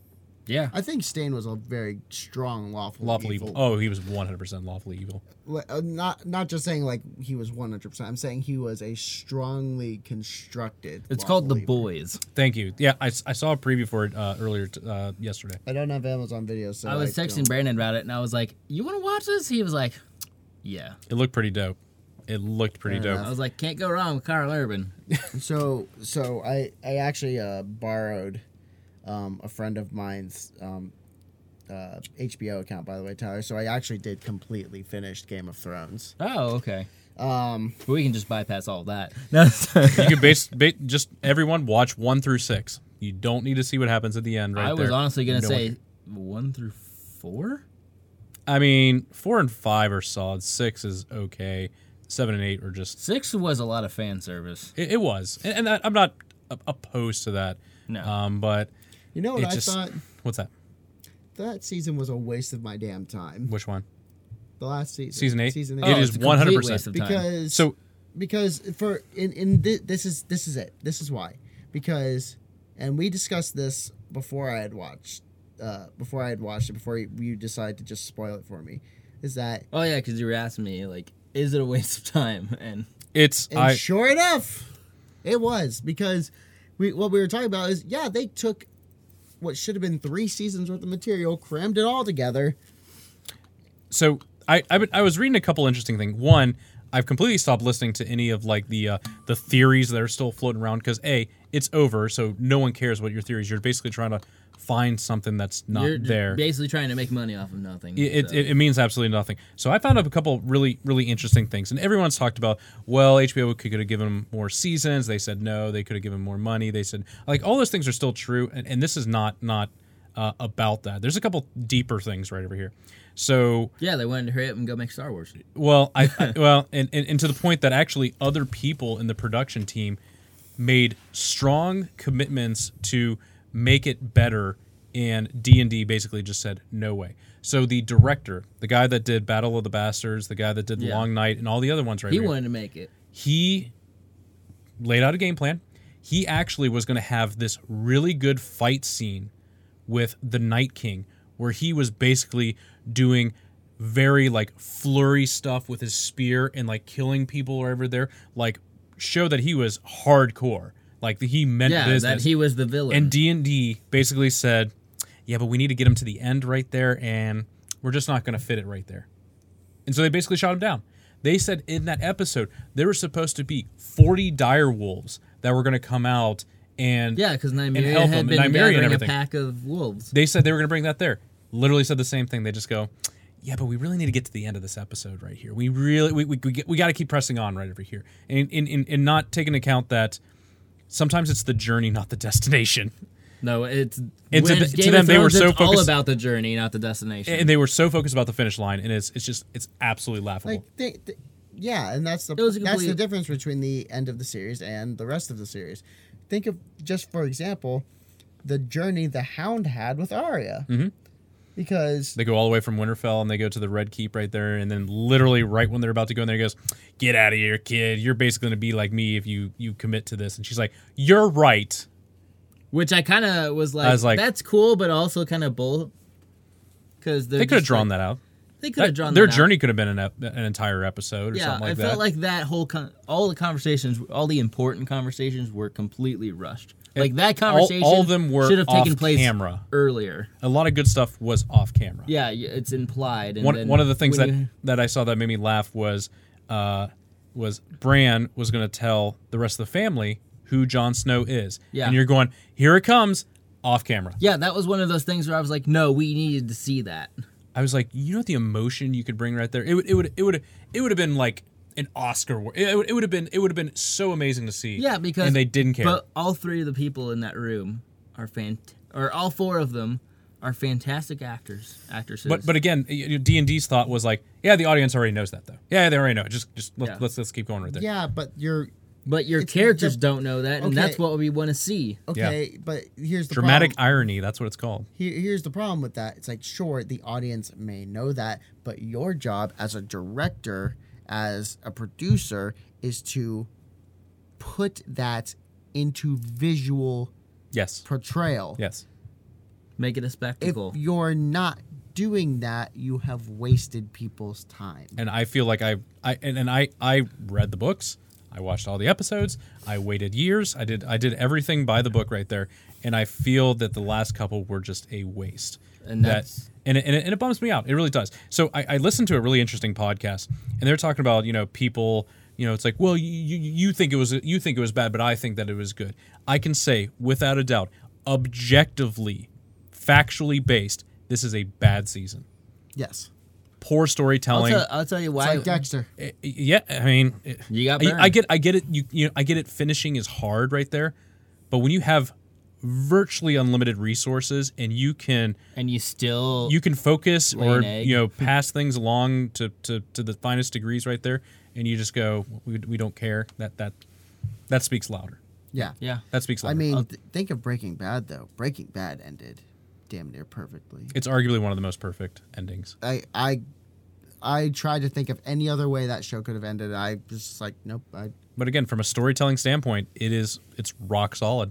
yeah.
I think Stain was a very strong lawful
Lawfully
evil.
evil. Oh, he was 100% lawfully evil.
Li- uh, not not just saying like he was 100%. I'm saying he was a strongly constructed.
It's called The
lawful evil.
Boys.
Thank you. Yeah, I, s- I saw a preview for it uh, earlier t- uh, yesterday.
I don't have Amazon Video, so
I was
like,
um,
texting Brandon about it, and I was like, "You want to watch this?" He was like, "Yeah."
It looked pretty dope. It looked pretty
Fair
dope.
I was like, "Can't go wrong with Carl Urban."
don't- So so I I actually uh, borrowed um, a friend of mine's um, uh, HBO account, by the way, Tyler. So I actually did completely finish Game of Thrones.
Oh, okay.
Um,
But we can just bypass all that. No, sorry.
You could base, ba- just everyone watch one through six. You don't need to see what happens at the end, right
I was
there.
honestly gonna
No
say
one-
one through four.
I mean, four and five are solid. Six is okay. Seven and eight are just.
Six was a lot of fan service.
It, it was, and, and that, I'm not o- opposed to that.
No.
Um, but
you know what
it
I
just.
thought?
What's that?
That season was a waste of my damn time.
Which one?
The last season,
Season eight.
season
It
eight,
Oh,
is
it's a complete
100%.
waste of time.
because
So
because for in in thi- this is this is it. This is why because and we discussed this before I had watched uh before I had watched it before you, you decided to just spoil it for me is that
Oh yeah, because you were asking me like, "Is it a waste of time?" And
it's
and
I
sure enough it was because we what we were talking about is yeah they took what should have been three seasons worth of material crammed it all together
so I, I I was reading a couple interesting things. One, I've completely stopped listening to any of like the uh, the theories that are still floating around because a it's over, so no one cares what your theories. You're basically trying to find something that's not
you're
there.
basically trying to make money off of nothing.
It,
so.
it, it means absolutely nothing. So I found out a couple really really interesting things, and everyone's talked about. Well, HBO could have given them more seasons. They said no. They could have given them more money. They said like all those things are still true, and, and this is not not uh, about that. There's a couple deeper things right over here. So
yeah, they wanted to hurry up and go make Star Wars.
well, I, I well, and, and, and to the point that actually other people in the production team made strong commitments to make it better and d&d basically just said no way so the director the guy that did battle of the bastards the guy that did
Yeah.
long night and all the other ones right
He
here,
wanted to make it.
he laid out a game plan. He actually was going to have this really good fight scene with the Night King, where he was basically doing very like flurry stuff with his spear and like killing people over there, like show that he was hardcore, like that he meant
Yeah, that
business.
he was the villain.
and D and D basically said, "Yeah, but we need to get him to the end right there, and we're just not going to fit it right there." And so they basically shot him down. They said in that episode there were supposed to be 40 dire wolves that were going to come out and
yeah, because Nymeria
help
had
him,
been
and Nymeria and
gathering a
everything.
pack of wolves.
they said they were going to bring that there. Literally said the same thing. They just go, "Yeah, but we really need to get to the end of this episode right here. We really we we, we, get- we got to keep pressing on right over here." And in in and not taking account that sometimes it's the journey not the destination.
No, it's
And to
when
th-
it's
to
Game
them,
of
they were
Thrones,
so
it's all
focused-
about the journey, not the destination.
And they were so focused about the finish line and it's it's just it's absolutely laughable.
Like, they, they- yeah, and that's the
It was a
that's the
complete-
difference between the end of the series and the rest of the series. Think of just for example, the journey the Hound had with Arya, mm-hmm. because
They go all the way from Winterfell and they go to the Red Keep right there. And then literally right when they're about to go in there, he goes, "Get out of here, kid! You're basically going to be like me if you you commit to this." And she's like, "You're right."
Which I kind of was like,
was like-
that's cool, but also kind of bull. Because
They could have drawn that out.
They could have
That-
drawn
their
that out.
journey could have been an, ep- an entire episode or
Yeah,
something like
I
that.
felt like that whole con- all the conversations, all the important conversations, were completely rushed. Like that
all,
conversation,
all of them were
should have taken
off
place
camera.
earlier.
A lot of good stuff was off camera.
Yeah, y- it's implied. And
one,
then
one of the things that,
when you-
that I saw that made me laugh was uh, was Bran was going to tell the rest of the family who Jon Snow is.
Yeah.
And you're going, here it comes, off camera.
yeah, that was one of those things where I was like, no, we needed to see that.
I was like, you know what the emotion you could bring right there. It would it would it would it would have been like an Oscar. wa- It would, it would have been it would have been so amazing to see.
Yeah, because
and they didn't care.
But all three of the people in that room are fan, or all four of them are fantastic actors, actresses.
But but again, D and D's thought was like, yeah, the audience already knows that though. Yeah, they already know. it. Just just let's
Yeah.
let's, let's keep going right there.
yeah, but you're
But your
It's-
characters
the-
don't know that, and
okay.
that's what we want to see.
okay. But here's the
Dramatic
Problem.
irony. That's what it's called.
Here, here's the problem with that. It's like sure, the audience may know that, but your job as a director, as a producer, is to put that into visual
Yes.
portrayal.
Yes.
Make it a
if
spectacle.
you're not doing that, you have wasted people's time.
and I feel like I I and, and I I read the books, I watched all the episodes, I waited years, I did I did everything by the book right there, and I feel that the last couple were just a waste.
And
That-
that's-
and it, and, it, and it bums me out. It really does. So I, I listened to a really interesting podcast, and they're talking about you know people. You know, it's like, well, you, you you think it was you think it was bad, but I think that it was good. I can say without a doubt, objectively, factually based, this is a bad season.
Yes.
Poor
I'll,
storytelling.
tell, I'll tell you
It's
why.
like Dexter.
I- Eh, yeah, I mean, it-
You got
I, I
burned.
get, I get it. You, you know, I get it. Finishing is hard right there, but when you have virtually unlimited resources and you can
and you still
you can focus
Lay
or
an egg.
you know pass things along to, to to the finest degrees right there, and you just go, we, we don't care. That that that speaks louder.
Yeah.
yeah.
That speaks louder.
I mean,
I'll-
th- think of Breaking Bad though. Breaking Bad ended damn near perfectly.
it's arguably one of the most perfect endings.
I I I tried to think of any other way that show could have ended. I was just like, nope. I
But again, from a storytelling standpoint, it is it's rock solid.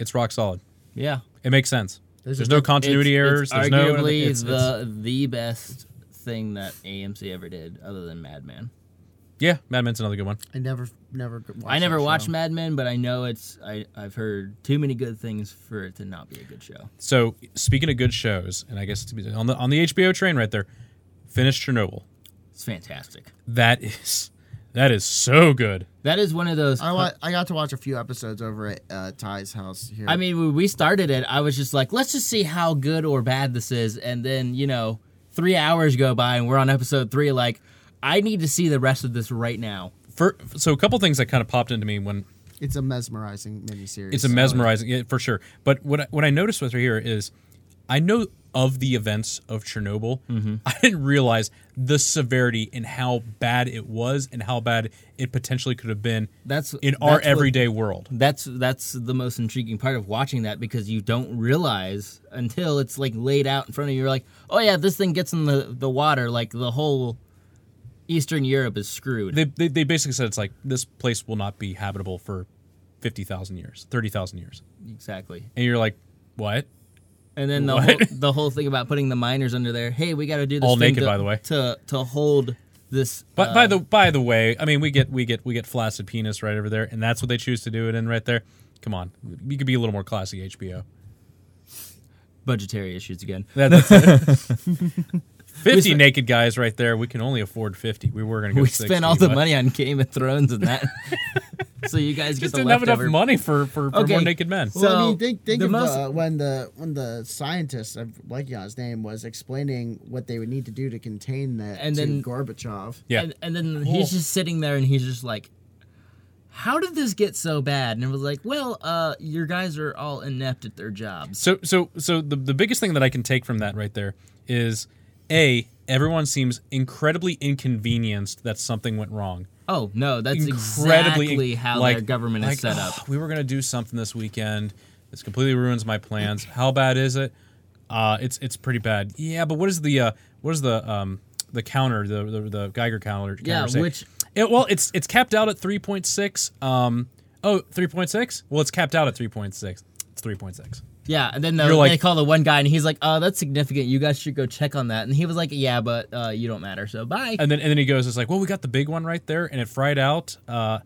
It's rock solid.
Yeah.
It makes sense.
There's
There's,
a
no
diff-
continuity
It's-
errors.
It's
there's no.
arguably
it's- it's-
the the best thing that AMC ever did, other than Mad Men.
Yeah, Mad Men's another good one.
I never never g- watched
I never
that
watched
show.
Mad Men, but I know it's. I I've heard too many good things for it to not be a good show.
So speaking of good shows, and I guess to be- on the on the HBO train right there, finish Chernobyl.
It's fantastic.
That is that is so good.
That is one of those.
I wa- I got to watch a few episodes over at uh, Ty's house here.
I mean, when we started it, I was just like, let's just see how good or bad this is. And then, you know, three hours go by and we're on episode three. Like, I need to see the rest of this right now.
For, so a couple things that kind of popped into me when
it's a mesmerizing miniseries.
it's a mesmerizing yeah, for sure. But what I, what I noticed with her here is I know of the events of Chernobyl,
Mm-hmm.
I didn't realize the severity and how bad it was and how bad it potentially could have been
That's
in our
that's what-
everyday world.
that's that's the most intriguing part of watching that because you don't realize until it's like laid out in front of you. You're like, oh yeah, this thing gets in the the water. Like the whole Eastern Europe is screwed.
They, they, they basically said it's like this place will not be habitable for 50,000 years, 30,000 years.
exactly.
And you're like, what?
And then the
What?
whole, the whole thing about putting the miners under there. Hey, we got to do this
All
thing
naked,
to,
by the way.
to to hold this.
But
uh,
by the by the way, I mean we get we get we get flaccid penis right over there, and that's what they choose to do it in right there. Come on, you could be a little more classy, HBO.
budgetary issues again.
That- that's it. fifty naked guys right there. We can only afford fifty. We were gonna go.
We
60,
spent all the
but-
money on Game of Thrones and that. so you guys
Just
get the
didn't have enough
leftover.
money for for, for
Okay.
more naked men.
So-
Well, I mean, think think
the
of
most-
uh, when the when the scientist, I'm blanking on his name, was explaining what they would need to do to contain that
And
to
then-
Gorbachev.
Yeah.
And, and then he's just sitting there and he's just like, "How did this get so bad?" And it was like, "Well, uh, your guys are all inept at their jobs."
So so so the the biggest thing that I can take from that right there is a everyone seems incredibly inconvenienced that something went wrong.
Oh no, that's
incredibly
exactly how
like-
their government
like,
is set
"Oh,
up.
we were gonna do something this weekend. This completely ruins my plans. How bad is it? Uh, it's it's pretty bad. Yeah, but what is the uh, what is the um, the counter the, the the Geiger counter? counter
Yeah,
say?
which-
it, well, it's it's capped out at three point six. Um, oh, 3.6? Well, it's capped out at three point six. It's three point six.
Yeah, and then the,
You're like-
they call the one guy and he's like, "Oh, that's significant. You guys should go check on that." And he was like, "Yeah, but uh, you don't matter. So bye."
And then and then he goes, it's like, well, we got the big one right there, and it fried out uh,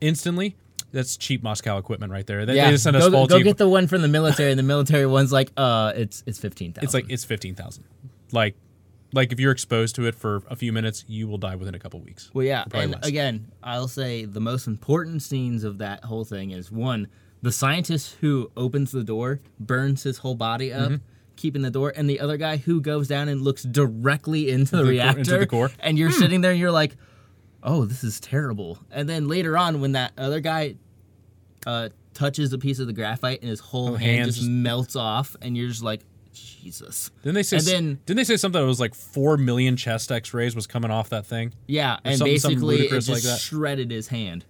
instantly. That's cheap Moscow equipment right there. They, they just sent us
go,
faulty.
go get the one from the military, and the military one's like, "Uh, it's it's fifteen thousand.
it's like it's 15,000. Like like if you're exposed to it for a few minutes, you will die within a couple weeks.
Well, yeah,
Probably
and
less.
again, I'll say the most important scenes of that whole thing is one, the scientist who opens the door burns his whole body up,
Mm-hmm.
keeping the door, and the other guy who goes down and looks directly into the,
the core-
reactor,
into the core. Hmm.
and you're sitting there, and you're like, "Oh, this is terrible." And then later on, when that other guy uh, touches a piece of the graphite, and his whole hand
hands
just
just-
melts off, and you're just like, "Jesus."
Didn't they say
And
s-
then-
didn't they say something that was like 4 million chest x-rays was coming off that thing?
Yeah, and
something- something
basically it
ludicrous
just
like that.
shredded his hand,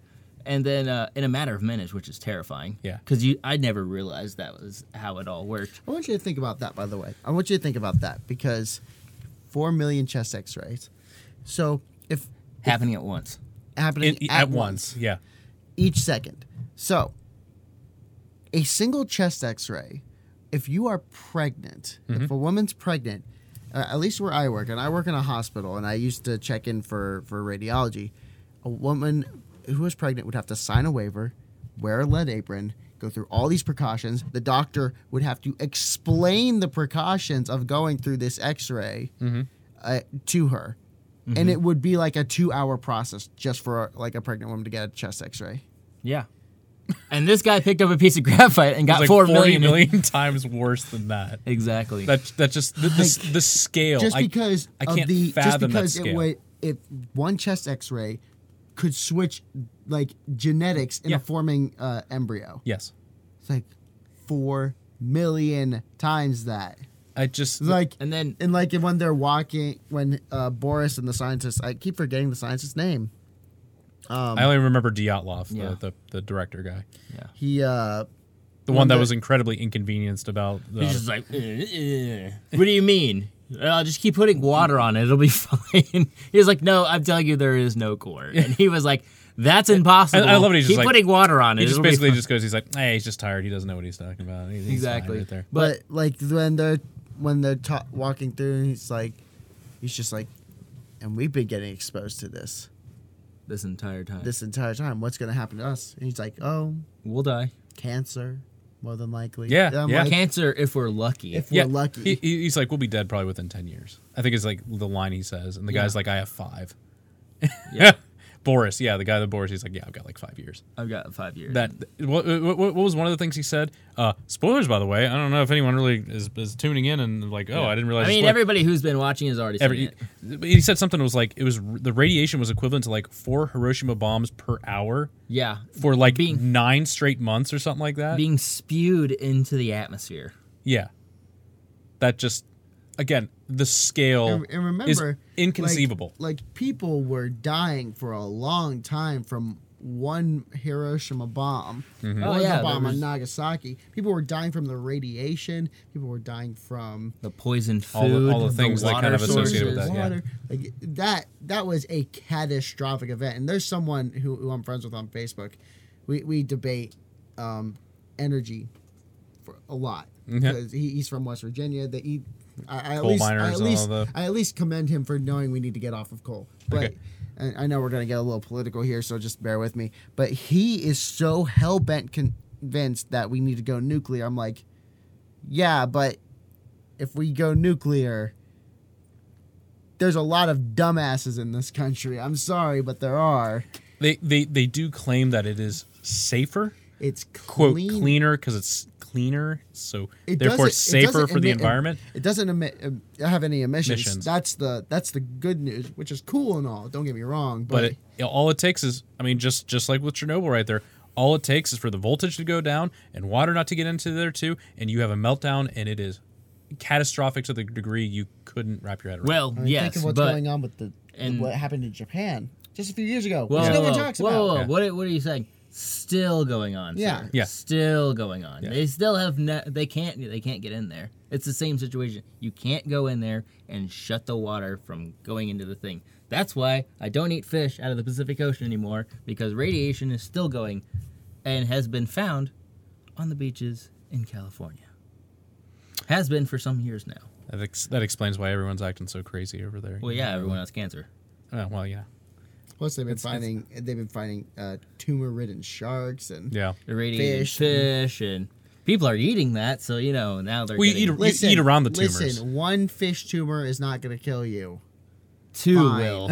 and then uh, in a matter of minutes, which is terrifying.
Yeah.
because you, I never realized that was how it all worked.
I want you to think about that, by the way. I want you to think about that because four million chest X-rays. So if
Happening at once.
happening
In- e, at,
at,
once.
once
Yeah.
each second. So a single chest X-ray. If you are pregnant, if a woman's pregnant, uh, at least where I work, and I work in a hospital, and I used to check in for for radiology, a woman who was pregnant would have to sign a waiver, wear a lead apron. Go through all these precautions. The doctor would have to explain the precautions of going through this x ray uh, to her. And it would be like a two hour process just for like a pregnant woman to get a chest x ray.
Yeah, and this guy picked up a piece of graphite and
It was
got
like
four
40
million.
million times worse than that.
Exactly.
That that just the, the, the scale.
Just
I-
because
I, can't
of the just
fathom
because
that
it
scale.
would if one chest x ray could switch like genetics in
Yeah.
a forming uh, embryo.
yes.
It's like four million times that.
I just
It's like
and then
and like when they're walking when uh, Boris and the scientist I keep forgetting the scientist's name.
I only remember Dyatlov,
Yeah.
the, the the director guy.
yeah,
He uh
The one that
that-
was incredibly inconvenienced about the
he's just like, "Uh, uh, what do you mean? I'll just keep putting water on it. It'll be fine. he was like, no, I'm telling you, there is no core. And he was like, that's impossible.
I love it, he's just
keep
like-
putting water on it.
he just
It'll be
basically
fine."
just goes. He's like, hey, he's just tired. He doesn't know what he's talking about. He- he's fine
exactly.
right there.
But like when they're when they're ta- walking through, and he's like, he's just like, and we've been getting exposed to this
this entire time.
this entire time. What's gonna happen to us? And he's like, oh,
we'll die.
cancer, more than likely.
Yeah,
And I'm
yeah.
like,
Cancer, if we're lucky.
if we're lucky,
He, he- he's like, we'll be dead probably within 10 years. I think it's like the line he says. And the guy's
Yeah.
like, I have five.
Yeah.
Boris, yeah, the guy that Boris, he's like, yeah, I've got like five years.
I've got five years.
That what, uh, what, what was one of the things he said? Uh, spoilers, by the way. I don't know if anyone really is, is tuning in and like, oh, I didn't realize.
I mean,
this-
everybody who's been watching has already seen
every
it.
he said something that was like it was the radiation was equivalent to like four Hiroshima bombs per hour
Yeah,
for like
Being-
nine straight months or something like that.
being spewed into the atmosphere.
yeah, that just again, the scale
And, and remember,
is
like-
inconceivable.
Like, people were dying for a long time from one Hiroshima bomb,
Mm-hmm.
Oh,
one
yeah,
bomb
there
on
was-
Nagasaki. People were dying from the radiation. People were dying from
The poisoned food,
All the- all the things that
water
kind of associated with
sources.
that, yeah.
water. Like that that was a catastrophic event. And there's someone who, who I'm friends with on Facebook. We we debate um, energy for a lot
Mhm.
'Cause he, he's from West Virginia. That he I, I at
Coal
least,
miners
I at
and all
least,
the-
I at least commend him for knowing we need to get off of coal. But
Okay.
and I know we're gonna get a little political here, so just bear with me. But he is so hell bent convinced that we need to go nuclear. I'm like, yeah, but if we go nuclear, there's a lot of dumbasses in this country. I'm sorry, but there are.
They, they they do claim that it is safer,
It's
quote
clean.
cleaner because it's cleaner, so
It
therefore
doesn't-
it's
it
safer
doesn't
for the
emit-
environment.
It doesn't emit, em- have any emissions.
Emissions.
That's the that's the good news, which is cool and all. Don't get me wrong, but,
but it, all it takes is i mean just just like with chernobyl right there all it takes is for the voltage to go down and water not to get into there too and you have a meltdown and it is catastrophic to the degree you couldn't wrap your head around
Well,
I mean,
yes,
think of what's
but
going on with the
and-
what happened in Japan just a few years ago,
whoa,
which no
whoa,
one talks
whoa,
about.
whoa,
Yeah.
What, are- what are you saying? Still going on.
Yeah.
sir.
Yeah.
Still going on.
Yeah.
They still have. Ne- they can't. They can't get in there. It's the same situation. You can't go in there and shut the water from going into the thing. That's why I don't eat fish out of the Pacific Ocean anymore because radiation is still going, and has been found on the beaches in California. Has been for some years now.
that, ex- that explains why everyone's acting so crazy over there
Well, yeah, everyone has cancer.
Oh, well yeah
Plus, they've been
It's- it's-
finding they've been finding uh, tumor-ridden sharks and
yeah
irradiated
Fish.
fish, fish and people are eating that, so you know now they're
Well, you
getting
eat eat around the tumors.
Listen, one fish tumor is not going to kill you.
two.
fine.
Will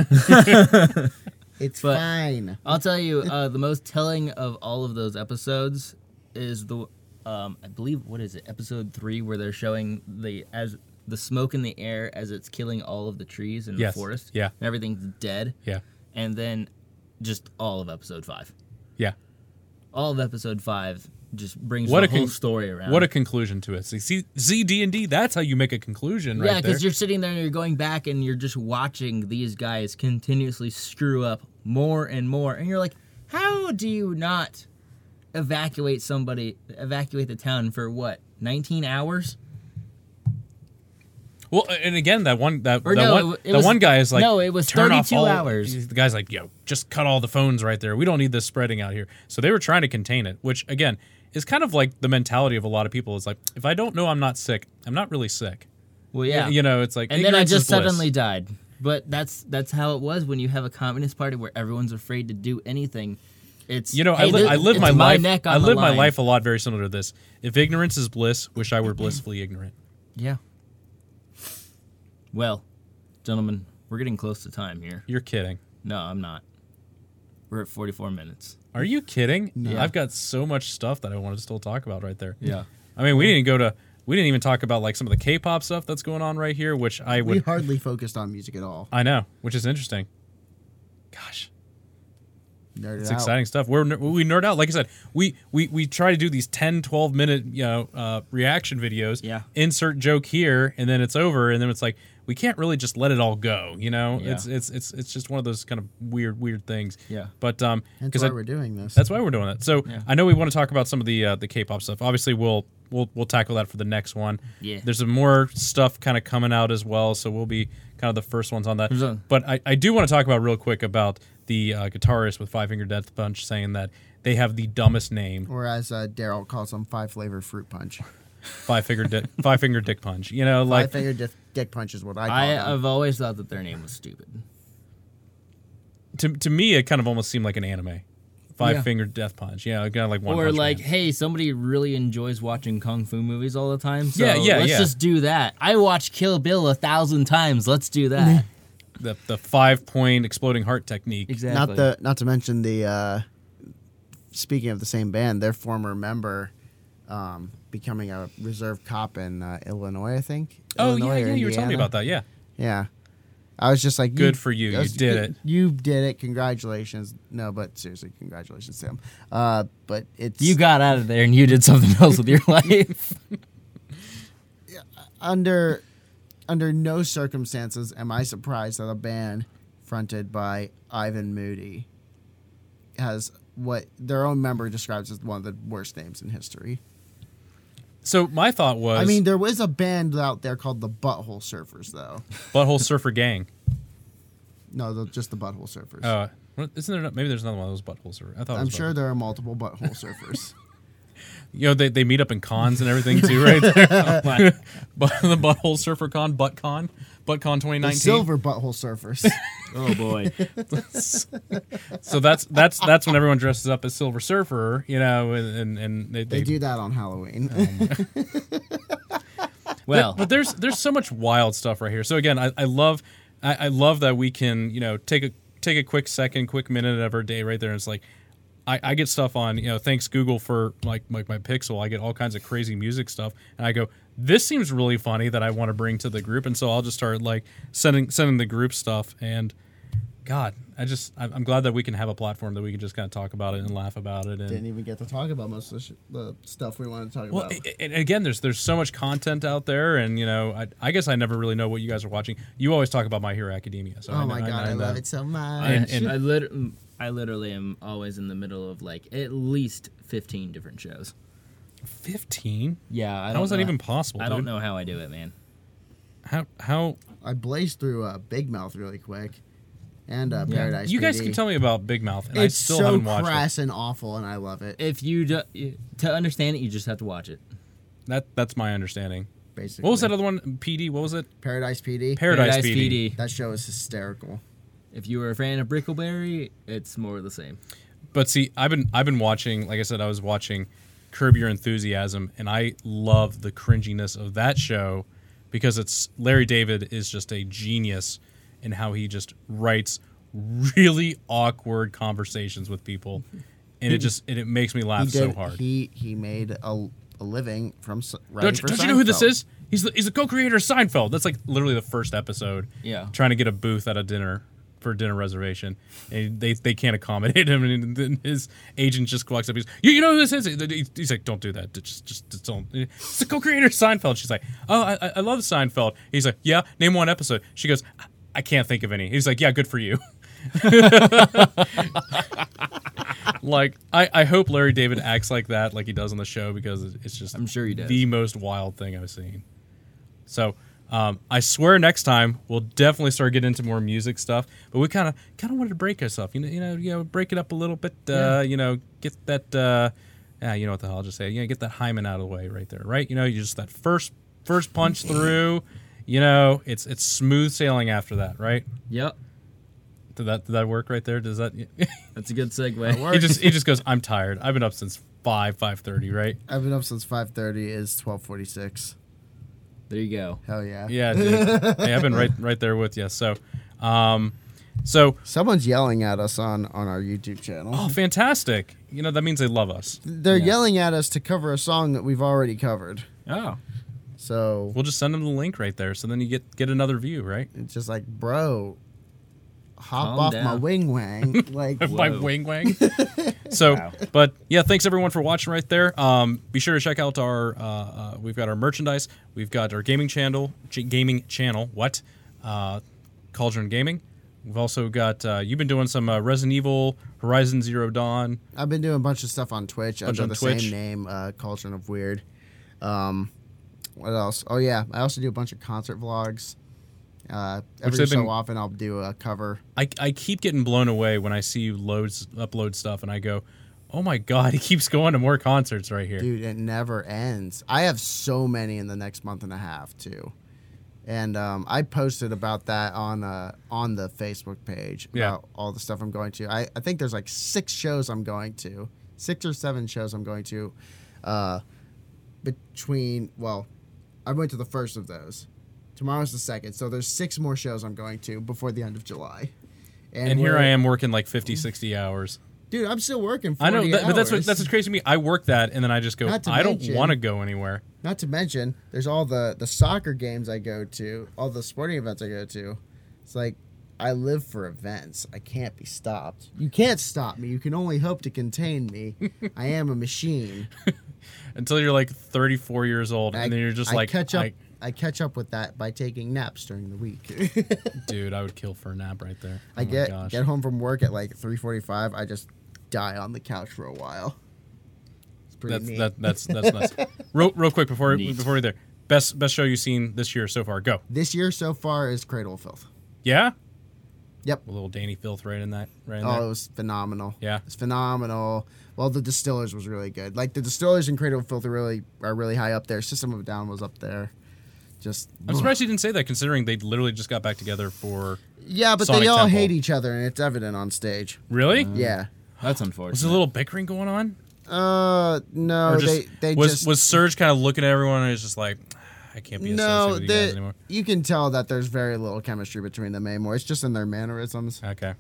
It's
But-
fine.
I'll tell you uh, the most telling of all of those episodes is the um, I believe what is it episode three where they're showing the as the smoke in the air as it's killing all of the trees in
Yes,
the forest.
yeah.
and everything's dead.
yeah
and then just all of episode five.
yeah
All of episode five just brings
What
the
a
whole
con-
story around.
what a conclusion to it see, see zd&d that's how you make a conclusion
Yeah,
right there
because you're sitting there and you're going back and you're just watching these guys continuously screw up more and more, and you're like, how do you not evacuate somebody, evacuate the town for what, 19 hours?
well and again that one that,
Or
that
no,
one
it w- it
that
was-
one guy is like
no, it was
"Turn off
32
all-"
hours.
the guy's like yo just cut all the phones right there we don't need this spreading out here so they were trying to contain it which again is kind of like the mentality of a lot of people is like if i don't know i'm not sick i'm not really sick
Well, yeah,
you know it's like
and then I
ignorance is
just
bliss.
suddenly died. But that's that's how it was when you have a communist party where everyone's afraid to do anything. It's
you know I, li-
hey, th-
I live
it's
my, life
neck
i
on the
live my
line.
life a lot very similar to this if ignorance is bliss wish i were blissfully ignorant
Yeah. Well, gentlemen, we're getting close to time here.
you're kidding
No, I'm not. We're at 44 minutes.
are you kidding
No.
i've got so much stuff that i want to still talk about right there
Yeah.
i mean we didn't go to we didn't even talk about like some of the k-pop stuff that's going on right here which i
We
would
hardly focused on music at all.
I know, which is interesting. Gosh,
Nerded
it's
out.
exciting stuff. We're ner- we nerd out. Like I said, we we we try to do these 10, 12 minute you know uh, reaction videos.
Yeah.
Insert joke here, and then it's over, and then it's like we can't really just let it all go. You know,
Yeah.
it's it's it's it's just one of those kind of weird weird things.
Yeah.
But um,
That's
because
why
I,
we're doing this.
that's why we're doing that. So
Yeah.
I know we want to talk about some of the uh, the K-pop stuff. Obviously, we'll we'll we'll tackle that for the next one.
Yeah.
There's some more stuff kind of coming out as well, so we'll be kind of the first ones on that.
There's a-
but I, I do want to talk about real quick about the uh, guitarist with Five Finger Death Punch saying that they have the dumbest name,
or as uh, Daryl calls them, five flavor fruit punch.
Five Finger Di- Five Finger Dick Punch. You know,
Five
like
finger dick, dick punch is what I call
I,
them.
I've always thought that their name was stupid.
to, to me, it kind of almost seemed like an anime. Five
Yeah.
Finger Death Punch. Yeah, kind of like one.
or
Punch
like,
Man.
hey, somebody really enjoys watching kung fu movies all the time. So
Yeah, yeah,
let's
yeah.
just do that. I watch Kill Bill a thousand times. Let's do that.
the the five point exploding heart technique.
exactly.
not the not to mention the uh, speaking of the same band, their former member um, becoming a reserve cop in uh, Illinois, I think.
Oh
Illinois
yeah,
or
yeah, you were telling me
Indiana.
about that. Yeah.
Yeah. I was just like,
Good for you, you
I was-
did it.
You did it. Congratulations. No, but seriously, congratulations to him. Uh, but it's
You got out of there and you did something else with your life.
under under no circumstances am I surprised that a band fronted by Ivan Moody has what their own member describes as one of the worst names in history.
So my thought was,
I mean, there was a band out there called the Butthole Surfers, though.
Butthole Surfer Gang.
No, the, just the Butthole Surfers.
Uh, what- isn't there? no- Maybe there's another one of those buttholes. Or, I thought. it
I'm
was
sure
Butthole.
there are multiple Butthole Surfers.
You know they, they meet up in cons and everything too, right? There. But the Butthole Surfer Con, Butt Con, Butt Con
The
2019.
Silver Butthole Surfers.
Oh boy.
So that's that's that's when everyone dresses up as Silver Surfer, you know, and and, and they,
they
they
do that on Halloween.
Um,
Well,
but there's there's so much wild stuff right here. So again, I, I love I, I love that we can you know take a take a quick second, quick minute of our day right there. And it's like I, I get stuff on you know thanks Google for like like my Pixel. I get all kinds of crazy music stuff, and I go this seems really funny that I want to bring to the group, and so I'll just start like sending sending the group stuff and. God, I just I'm I'm glad that we can have a platform that we can just kind of talk about it and laugh about it and
Didn't even get to talk about most of the, sh- the stuff we wanted to talk
well,
about.
a- and again, there's there's so much content out there, and you know, I, I guess I never really know what you guys are watching. You always talk about My Hero Academia. So I
oh my
know-
god, I,
know
love
that.
it so much.
and- and-
I, lit- I literally am always in the middle of like at least 15 different shows.
Fifteen?
Yeah, I don't
How is that
know-
even possible?
I don't
dude?
know how I do it, man.
How how
I blazed through uh, Big Mouth really quick, and uh,
Yeah.
Paradise.
you guys
PD.
keep telling me about Big Mouth, and
It's
I still
so
haven't watched
crass and awful, and I love it.
If you do, to understand it, you just have to watch it.
it. That that's my understanding.
Basically,
What was that other one? PD? What was it?
Paradise PD.
Paradise, PD.
that show is hysterical.
If you were a fan of Brickleberry, it's more of the same.
But see, I've been I've been watching. Like I said, I was watching Curb Your Enthusiasm, and I love the cringiness of that show because it's Larry David is just a genius in how he just writes really awkward conversations with people, and it just and it makes me laugh
He
so
did-
hard.
He he made a, a living from s- writing
Don't, you-
for
don't you know who this
Seinfeld.
is? He's the, he's the co-creator of Seinfeld. That's like literally the first episode.
Yeah.
Trying to get a booth at a dinner for a dinner reservation, and they, they can't accommodate him. And then his agent just walks up. He's you, you know who this is? He- He's like, don't do that. Just just, just don't. It's the co-creator of Seinfeld. She's like, oh, I, I- I love Seinfeld. He's like, yeah. Name one episode. She goes, I, I can't think of any. He's like, yeah, good for you. like I, I hope Larry David acts like that like he does on the show because it- it's just
I'm sure he does.
the most wild thing I've seen. So um, I swear next time we'll definitely start getting into more music stuff. But we kind of kind of wanted to break ourselves, you know, you know, you know, break it up a little bit. Uh,
Yeah.
You know, get that. Uh, ah, you know what the hell? I'll just say, you know, get that hymen out of the way right there, right? You know, you just that first first punch through. You know, it's it's smooth sailing after that, right?
Yep,
Did that did that work right there? Does that?
that's a good segue.
he just he just goes. I'm tired. I've been up since five five thirty, right?
I've been up since five thirty. Is twelve forty six.
There you go.
Hell yeah.
Yeah, dude. hey, I've been right right there with you. So, um, so
Someone's yelling at us on on our YouTube channel.
oh, fantastic. You know that means they love us.
They're
Yeah.
yelling at us to cover a song that we've already covered.
Oh,
So
We'll just send them the link right there, so then you get get another view, right?
it's just like, bro, hop
Calm
off my
down.
wing wang. like,
By
Whoa.
Wang Wang. so,
Wow.
but yeah, thanks everyone for watching right there. Um, be sure to check out our uh, uh, we've got our merchandise, we've got our gaming channel, ch- gaming channel. What? Uh, Cauldron Gaming. We've also got uh, you've been doing some uh, Resident Evil, Horizon Zero Dawn.
I've been doing a bunch of stuff on Twitch
Bunch
under
on
the
Twitch.
same name, uh, Cauldron of Weird. Um, what else? Oh yeah, I also do a bunch of concert vlogs. Uh, every
they've
so
been-
often, I'll do a cover.
I, I keep getting blown away when I see you loads upload stuff and I go, oh my god, he keeps going to more concerts right here.
Dude, it never ends. I have so many in the next month and a half too. And um, I posted about that on uh, on the Facebook page
Yeah.
about all the stuff I'm going to. I, I think there's like six shows I'm going to, six or seven shows I'm going to, uh, between well, I went to the first of those. Tomorrow's the second, so there's six more shows I'm going to before the end of July.
and here
we're-
I am working like 50, 60 hours.
dude. I'm still working. 40
I know, that, but that's what
hours.
that's what's crazy to me. I work that and then I just go,
Not to
I don't
mention-
want to go anywhere.
Not to mention, there's all the the soccer games I go to, all the sporting events I go to. It's like I live for events. I can't be stopped. You can't stop me. You can only hope to contain me. I am a machine.
Until you're like 34 years old
I,
and then you're just
I
like,
catch up.
I-
I, I catch up with that by taking naps during the week.
Dude, I would kill for a nap right there.
I
Oh my
get
gosh.
get home from work at like 3:45. I just die on the couch for a while. It's pretty
That's
neat.
that, that's that's nuts. Real, real quick before
Neat.
before we there, best best show you've seen this year so far. Go.
this year so far is Cradle of Filth.
Yeah.
Yep.
A little Danny Filth right in that. Right in
Oh, it
there.
was phenomenal.
Yeah.
it's phenomenal. Well, the Distillers was really good. Like the Distillers and Cradle of Filth are really are really high up there. System of a Down was up there. Just
I'm surprised you didn't say that, considering they literally just got back together for.
Yeah, but
Sonic
they all
Temple. Mm.
hate each other, and it's evident on stage.
Really?
Yeah.
Was
That's
there a
unfortunate.
little bickering going on?
Uh, no,
Or just,
they they
was
just
was Serge kind of looking at everyone and was just like, "Ah, I can't be associated
no.
with you
they-
guys anymore.
you can tell that there's very little chemistry between them anymore. It's just in their mannerisms.
Okay.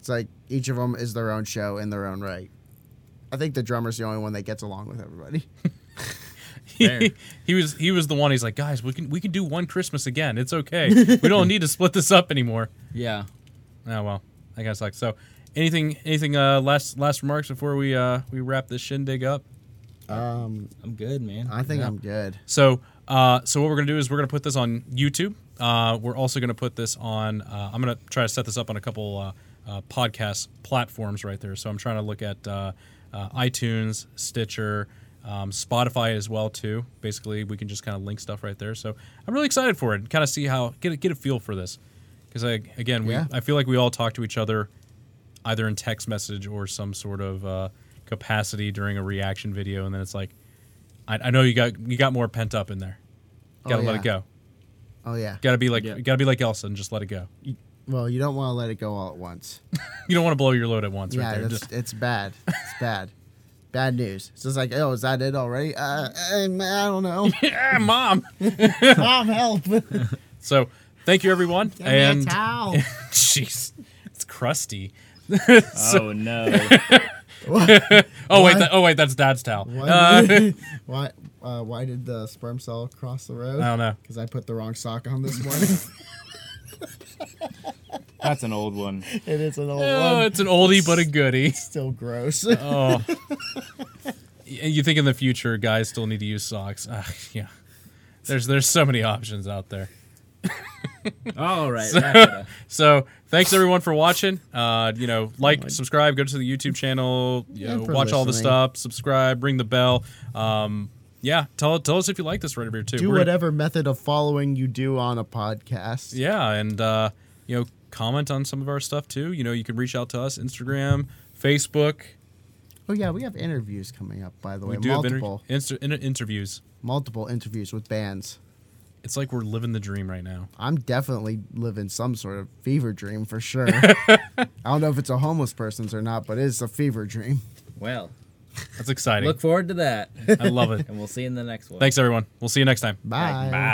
It's like each of them is their own show in their own right. I think the drummer's the only one that gets along with everybody.
Fair.
he, was he was the one. He's like, guys, we can we can do one Christmas again. It's okay. we don't need to split this up anymore.
yeah.
Oh well, I guess like so. Anything anything uh, last last remarks before we uh, we wrap this shindig up?
Um,
I'm good, man.
I think I'm good.
So, uh, so what we're gonna do is we're gonna put this on YouTube. Uh, we're also gonna put this on. Uh, I'm gonna try to set this up on a couple uh, uh, podcast platforms right there. So I'm trying to look at uh, uh, iTunes, Stitcher, um, Spotify as well too. Basically, we can just kind of link stuff right there. So I'm really excited for it. Kind of see how get a, get a feel for this because I again we
Yeah.
I feel like we all talk to each other either in text message or some sort of uh, capacity during a reaction video, and then it's like, I, I know you got you got more pent up in there. Got to
Oh,
let
yeah.
it go.
Oh yeah.
Got to be like
Yeah.
got to be like Elsa and just let it go.
Well, you don't want to let it go all at once.
You don't want to blow your load at once,
yeah,
right there.
that's,
Just
it's bad. It's bad. Bad news. It's just like, oh, is that it already? Uh, I I don't know.
yeah, "Ah, mom.
Mom, help!
So thank you everyone. and
towel.
jeez, it's crusty.
oh no.
Oh wait,
What?
that, oh wait, that's Dad's towel.
Why,
Uh,
did, why, uh, why did the sperm cell cross the road?
I don't know.
Because I put the wrong sock on this morning.
That's an old one.
it is an old
Oh,
one.
it's an oldie but a goodie.
It's still gross.
Oh. And you think in the future guys still need to use socks? Ah, yeah, there's there's so many options out there.
All right. wrap it up.
So thanks everyone for watching. Uh, you know, like, subscribe, go to the YouTube channel, you
Oh And
know,
for
watch all the
listening.
stuff, subscribe, ring the bell. Um, yeah, tell tell us if you like this right over here too.
do
We're gonna-
whatever method of following you do on a podcast.
yeah, and uh, you know, comment on some of our stuff too. You know, you can reach out to us Instagram, Facebook.
Oh yeah, we have interviews coming up. By the way,
We do
multiple
have inter- insta- inter- interviews.
multiple interviews with bands.
It's like we're living the dream right now.
I'm definitely living some sort of fever dream for sure. I don't know if it's a homeless person's or not, but it's a fever dream.
Well,
That's exciting.
look forward to that,
I love it.
and we'll see you in the next one.
Thanks everyone. We'll see you next time.
Bye.
Bye.